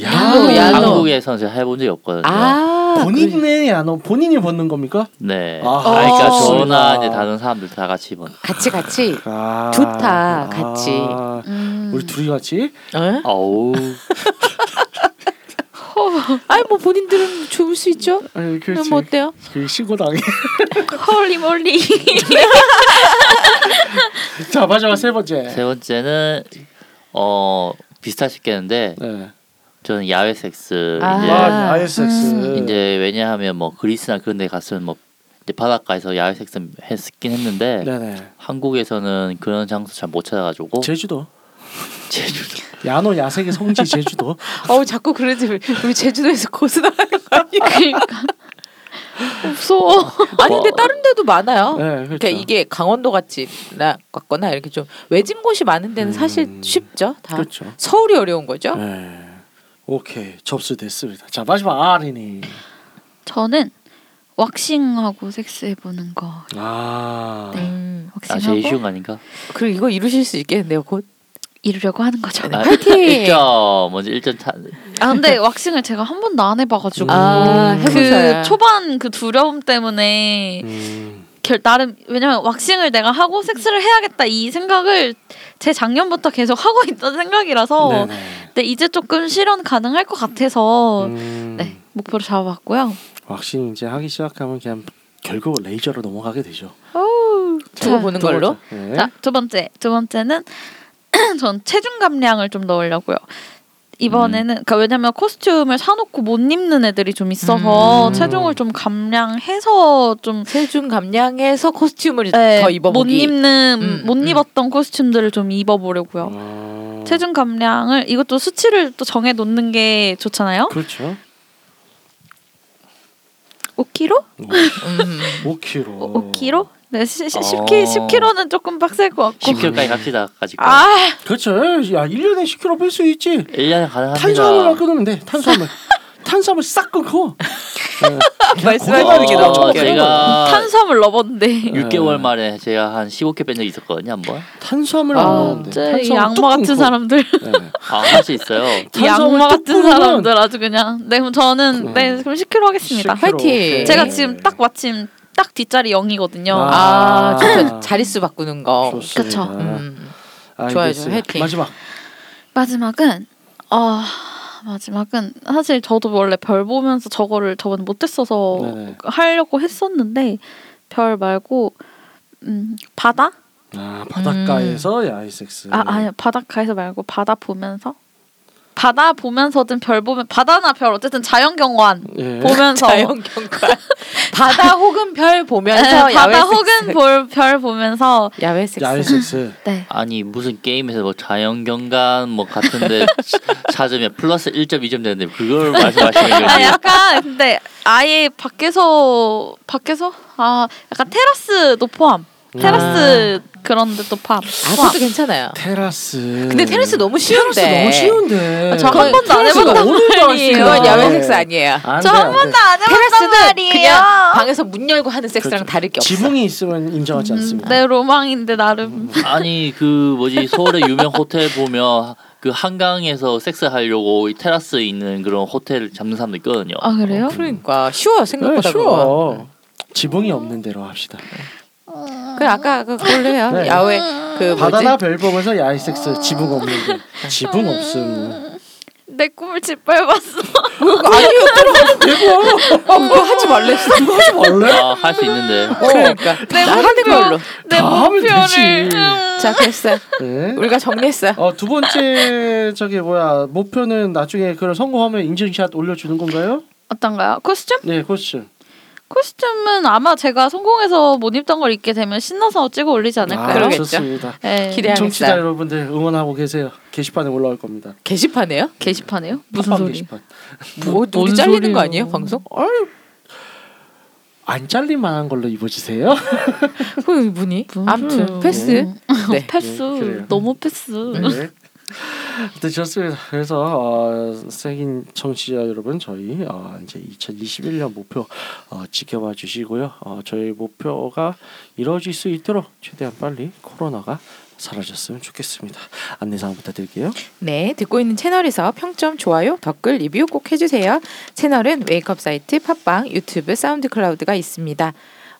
[SPEAKER 1] 야노, 야노.
[SPEAKER 2] 한국에서 제가 해본 적이 없거든요.
[SPEAKER 1] 아
[SPEAKER 3] 본인이 안 오- 본인이 벗는 겁니까?
[SPEAKER 2] 네.
[SPEAKER 3] 아,
[SPEAKER 2] 아, 그러니까
[SPEAKER 6] 어.
[SPEAKER 2] 저나 이제 다른 사람들 다 같이 입은.
[SPEAKER 1] 같이 같이.
[SPEAKER 3] 아,
[SPEAKER 1] 좋다, 같이.
[SPEAKER 4] 음.
[SPEAKER 3] 우리 둘이 같이
[SPEAKER 1] 에?
[SPEAKER 2] 어우.
[SPEAKER 1] 아니 뭐 본인들은 좋을 수 있죠. 그럼
[SPEAKER 3] 아니, 그렇지.
[SPEAKER 1] 뭐 어때요?
[SPEAKER 3] 그 신고 당해.
[SPEAKER 4] 헐리 몰리.
[SPEAKER 3] 자 마지막 세 번째.
[SPEAKER 2] 세 번째는 어 비슷하시겠는데
[SPEAKER 3] 네.
[SPEAKER 2] 저는 야외 섹스
[SPEAKER 1] 아. 음.
[SPEAKER 2] 이제
[SPEAKER 3] 아, ISX.
[SPEAKER 2] 이제 왜냐하면 뭐 그리스나 그런 데 갔으면 뭐 이제 바닷가에서 야외 섹스 했긴 했는데
[SPEAKER 3] 네네.
[SPEAKER 2] 한국에서는 그런 장소 잘 못 찾아가지고
[SPEAKER 3] 제주도.
[SPEAKER 2] 제주도
[SPEAKER 3] 야노 야생의 성지 제주도.
[SPEAKER 1] 어우 자꾸 그러지 우리 제주도에서 고스나는 거 아니야?
[SPEAKER 4] 그러니까 무서워.
[SPEAKER 1] 아니 근데 다른 데도 많아요.
[SPEAKER 3] 네, 그렇죠.
[SPEAKER 1] 그러니까 이게 강원도 같이 나 같거나 이렇게 좀 외진 곳이 많은 데는 사실
[SPEAKER 3] 음.
[SPEAKER 1] 쉽죠. 다
[SPEAKER 3] 그렇죠.
[SPEAKER 1] 서울이 어려운 거죠.
[SPEAKER 3] 네. 오케이 접수됐습니다. 자 마지막 아린이.
[SPEAKER 4] 저는 왁싱하고 섹스해 보는 거.
[SPEAKER 3] 아.
[SPEAKER 1] 음.
[SPEAKER 2] 아 제일
[SPEAKER 4] 왁싱하고
[SPEAKER 2] 쉬운 거 아닌가?
[SPEAKER 1] 그리고 이거 이루실 수 있겠네요. 곧.
[SPEAKER 4] 이루려고 하는 거죠.
[SPEAKER 2] 아,
[SPEAKER 1] 파이팅!
[SPEAKER 2] 1점 먼저 1점 타
[SPEAKER 4] 아 근데 왁싱을 제가 한 번도 안
[SPEAKER 3] 음.
[SPEAKER 4] 해봐가지고
[SPEAKER 2] 음.
[SPEAKER 1] 아, 해보셔야.
[SPEAKER 4] 그 초반 그 두려움 때문에
[SPEAKER 3] 음.
[SPEAKER 4] 결 나름 왜냐면 왁싱을 내가 하고 섹스를 해야겠다 이 생각을 제 작년부터 계속 하고 있던 생각이라서
[SPEAKER 3] 네네.
[SPEAKER 4] 근데 이제 조금 실현 가능할 것 같아서
[SPEAKER 3] 음.
[SPEAKER 4] 네 목표를 잡아봤고요.
[SPEAKER 3] 왁싱 이제 하기 시작하면 그냥 결국 레이저로 넘어가게 되죠.
[SPEAKER 1] 두고 보는
[SPEAKER 3] 두 번째.
[SPEAKER 1] 걸로.
[SPEAKER 3] 네.
[SPEAKER 4] 자 두 번째 두 번째는 전 체중 감량을 좀 넣으려고요. 이번에는
[SPEAKER 1] 음.
[SPEAKER 4] 그러니까 왜냐면 코스튬을 사놓고 못 입는 애들이 좀 있어서
[SPEAKER 3] 음.
[SPEAKER 4] 체중을 좀 감량해서 좀
[SPEAKER 1] 체중 감량해서 코스튬을
[SPEAKER 4] 네,
[SPEAKER 1] 더 입어보기.
[SPEAKER 4] 못 입는
[SPEAKER 1] 음,
[SPEAKER 4] 못
[SPEAKER 1] 음.
[SPEAKER 4] 입었던 코스튬들을 좀 입어보려고요.
[SPEAKER 3] 음.
[SPEAKER 4] 체중 감량을 이것도 수치를 또 정해 놓는 게 좋잖아요.
[SPEAKER 3] 그렇죠.
[SPEAKER 4] 5kg?
[SPEAKER 1] 음.
[SPEAKER 3] 5kg.
[SPEAKER 4] 5kg? 네, 시, 시,
[SPEAKER 2] 어.
[SPEAKER 1] 아.
[SPEAKER 4] 10kg, 10kg는 조금 빡셀 것 같고.
[SPEAKER 2] 10kg까지 갑시다 가지고
[SPEAKER 4] 아,
[SPEAKER 3] 그렇죠. 야, 1년에 10kg 뺄 수 있지.
[SPEAKER 2] 1년에 가능합니다 어,
[SPEAKER 3] 탄수화물만 끊으면 돼. 탄수화물. 탄수화물 싹 끊고.
[SPEAKER 6] 말씀하시는 게
[SPEAKER 2] 어,
[SPEAKER 6] 너무 웃겨요.
[SPEAKER 1] 아.
[SPEAKER 2] 제가
[SPEAKER 4] 탄수화물 넣었는데.
[SPEAKER 2] 6개월 만에 제가 한 15kg 뺀 적이 있었거든요 한번
[SPEAKER 3] 탄수화물
[SPEAKER 1] 아,
[SPEAKER 3] 안 먹으면 돼.
[SPEAKER 4] 진짜
[SPEAKER 3] 탄수화물
[SPEAKER 4] 이
[SPEAKER 3] 뚝
[SPEAKER 4] 악마 같은
[SPEAKER 3] 끊고.
[SPEAKER 4] 사람들,
[SPEAKER 3] 네.
[SPEAKER 2] 아할수 있어요
[SPEAKER 4] 이
[SPEAKER 3] 탄수화물 뚝
[SPEAKER 4] 악마 같은
[SPEAKER 3] 끊으면
[SPEAKER 4] 사람들 아주 그냥. 네, 그럼 저는 네, 그럼 10kg 하겠습니다.
[SPEAKER 3] 10kg.
[SPEAKER 1] 화이팅!
[SPEAKER 4] 제가 지금 딱 마침 딱 뒷자리 0이거든요.
[SPEAKER 1] 아,
[SPEAKER 3] 아.
[SPEAKER 1] 좋죠. 자릿수 바꾸는 거.
[SPEAKER 3] 좋습니다. 아,
[SPEAKER 4] 그쵸.
[SPEAKER 1] 어, 음.
[SPEAKER 3] 알겠어요.
[SPEAKER 1] 좋아요, 화이팅.
[SPEAKER 3] 마지막.
[SPEAKER 4] 마지막은 아 마지막은 사실 저도 원래 별 보면서 저거를 저번에 못했어서
[SPEAKER 3] 네네.
[SPEAKER 4] 하려고 했었는데 별 말고 음 바다
[SPEAKER 3] 아, 바닷가에서
[SPEAKER 1] 음.
[SPEAKER 3] 야이섹스.
[SPEAKER 4] 아 아니 바닷가에서 말고 바다 보면서 바다 보면서든 별 보면 바다나 별 어쨌든 자연경관
[SPEAKER 3] 예.
[SPEAKER 4] 보면서
[SPEAKER 1] 자연경관. 바다 혹은 별
[SPEAKER 4] 네,
[SPEAKER 1] 보면서 야외
[SPEAKER 4] 바다
[SPEAKER 1] 섹스.
[SPEAKER 4] 혹은 볼, 별 보면서
[SPEAKER 1] 야외 섹스.
[SPEAKER 3] 야이섹스.
[SPEAKER 4] 네
[SPEAKER 2] 아니 무슨 게임에서 뭐 자연경관 뭐 같은데 찾으면 플러스 1점 2점 되는데 그걸 말씀하시는
[SPEAKER 4] 아,
[SPEAKER 2] 거예요
[SPEAKER 4] 약간 근데 아예 밖에서 밖에서 아 약간 테라스도 포함. 테라스 그런 데도 포함.
[SPEAKER 1] 음. 아, 그것도 괜찮아요.
[SPEAKER 3] 테라스.
[SPEAKER 1] 근데 테니스 너무 쉬운데.
[SPEAKER 3] 테라스 너무 쉬운데.
[SPEAKER 4] 아, 저한 번도 안
[SPEAKER 3] 테라스가
[SPEAKER 4] 해봤단
[SPEAKER 3] 오늘도 할수
[SPEAKER 4] 말이에요.
[SPEAKER 3] 있구나.
[SPEAKER 1] 그건 야외 섹스 아니에요.
[SPEAKER 4] 저 한 번도 안 해봤단
[SPEAKER 1] 테라스는
[SPEAKER 4] 말이에요.
[SPEAKER 1] 그냥 방에서 문 열고 하는 섹스랑
[SPEAKER 3] 그렇죠.
[SPEAKER 1] 다를 게 없어.
[SPEAKER 3] 지붕이 있으면
[SPEAKER 1] 음,
[SPEAKER 3] 인정하지 않습니다.
[SPEAKER 1] 네,
[SPEAKER 4] 내 로망인데 나름
[SPEAKER 2] 아니 그 뭐지 서울의 유명 호텔 보면 그 한강에서 섹스 하려고 이 테라스 있는 그런 호텔 잡는 사람도 있거든요.
[SPEAKER 4] 아 그래요?
[SPEAKER 1] 그러니까 쉬워 생각보다
[SPEAKER 3] 네,
[SPEAKER 1] 그거.
[SPEAKER 3] 쉬워. 지붕이 없는 대로 합시다.
[SPEAKER 1] 네. 그 아까 그걸로 해요.
[SPEAKER 3] 네.
[SPEAKER 1] 야외 그 뭐지? 아.
[SPEAKER 3] 바다나 별 보면서 야이섹스 지붕 없는 데. 지붕 없음.
[SPEAKER 4] 내 꿈을 짓밟았어.
[SPEAKER 1] 아니요.
[SPEAKER 3] 대박.
[SPEAKER 1] 그거 하지 말랬어.
[SPEAKER 3] 하지 말래?
[SPEAKER 2] 아 할 수 있는데
[SPEAKER 1] 그러니까
[SPEAKER 4] 내
[SPEAKER 1] 나 하는 걸로.
[SPEAKER 4] 내
[SPEAKER 3] 다 하면
[SPEAKER 4] 목표를.
[SPEAKER 3] 되지.
[SPEAKER 4] 음.
[SPEAKER 1] 자 됐어요.
[SPEAKER 3] 네.
[SPEAKER 1] 우리가 정리했어요.
[SPEAKER 3] 어, 두 번째 저기 뭐야 목표는 나중에 그런 성공하면 인증샷 올려주는 건가요?
[SPEAKER 4] 어떤가요? 코스튬?
[SPEAKER 3] 네, 코스.
[SPEAKER 4] 코스튬은 아마 제가 성공해서 못 입던 걸 입게 되면 신나서 찍어 올리지 않을까요?
[SPEAKER 1] 아, 그러겠죠.
[SPEAKER 3] 아, 좋습니다.
[SPEAKER 4] 네.
[SPEAKER 1] 기대- 기대하겠어요.
[SPEAKER 3] 청취자 여러분들 응원하고 계세요. 게시판에 올라올 겁니다.
[SPEAKER 1] 게시판에요?
[SPEAKER 4] 게시판에요? 무슨
[SPEAKER 3] 팟빵
[SPEAKER 4] 소리?
[SPEAKER 3] 게시판.
[SPEAKER 1] 뭐 우리
[SPEAKER 3] 뭔
[SPEAKER 1] 잘리는
[SPEAKER 3] 소리예요.
[SPEAKER 1] 거 아니에요 방송?
[SPEAKER 3] 안 잘릴 만한 걸로 입어주세요.
[SPEAKER 1] 그 이분이. 아무튼 패스. 네.
[SPEAKER 4] 패스
[SPEAKER 3] 네, 그래요.
[SPEAKER 4] 너무 패스.
[SPEAKER 3] 네. 네, 좋습니다. 그래서 어, 생인 청취자 여러분 저희 어, 이제 2021년 목표 어, 지켜봐 주시고요. 어, 저희 목표가 이루어질 수 있도록 최대한 빨리 코로나가 사라졌으면 좋겠습니다. 안내사항 부탁드릴게요.
[SPEAKER 1] 네, 듣고 있는 채널에서 평점, 좋아요, 댓글, 리뷰 꼭 해주세요. 채널은 웨이크업 사이트, 팟빵, 유튜브, 사운드 클라우드가 있습니다.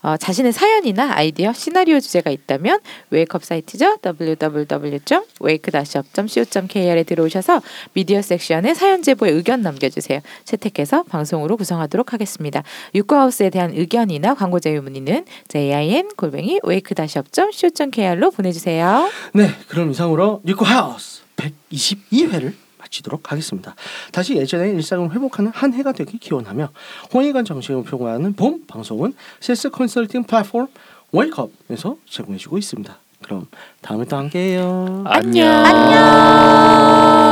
[SPEAKER 1] 어, 자신의 사연이나 아이디어, 시나리오 주제가 있다면 웨이크업 사이트죠. www.wake-up.co.kr에 들어오셔서 미디어 섹션에 사연 제보에 의견 남겨주세요. 채택해서 방송으로 구성하도록 하겠습니다. 유쿠하우스에 대한 의견이나 광고 제휴 문의는 jin-wake-up.co.kr로 보내주세요.
[SPEAKER 3] 네, 그럼 이상으로 뉴코 하우스 122회를 마치도록 하겠습니다. 다시 예전의 일상을 회복하는 한 해가 되길 기원하며 홍익관 정신을 표방하는 봄 방송은 실스 컨설팅 플랫폼 웨이크업에서 제공해주고 있습니다. 그럼 다음에 또 함께해요.
[SPEAKER 2] 안녕.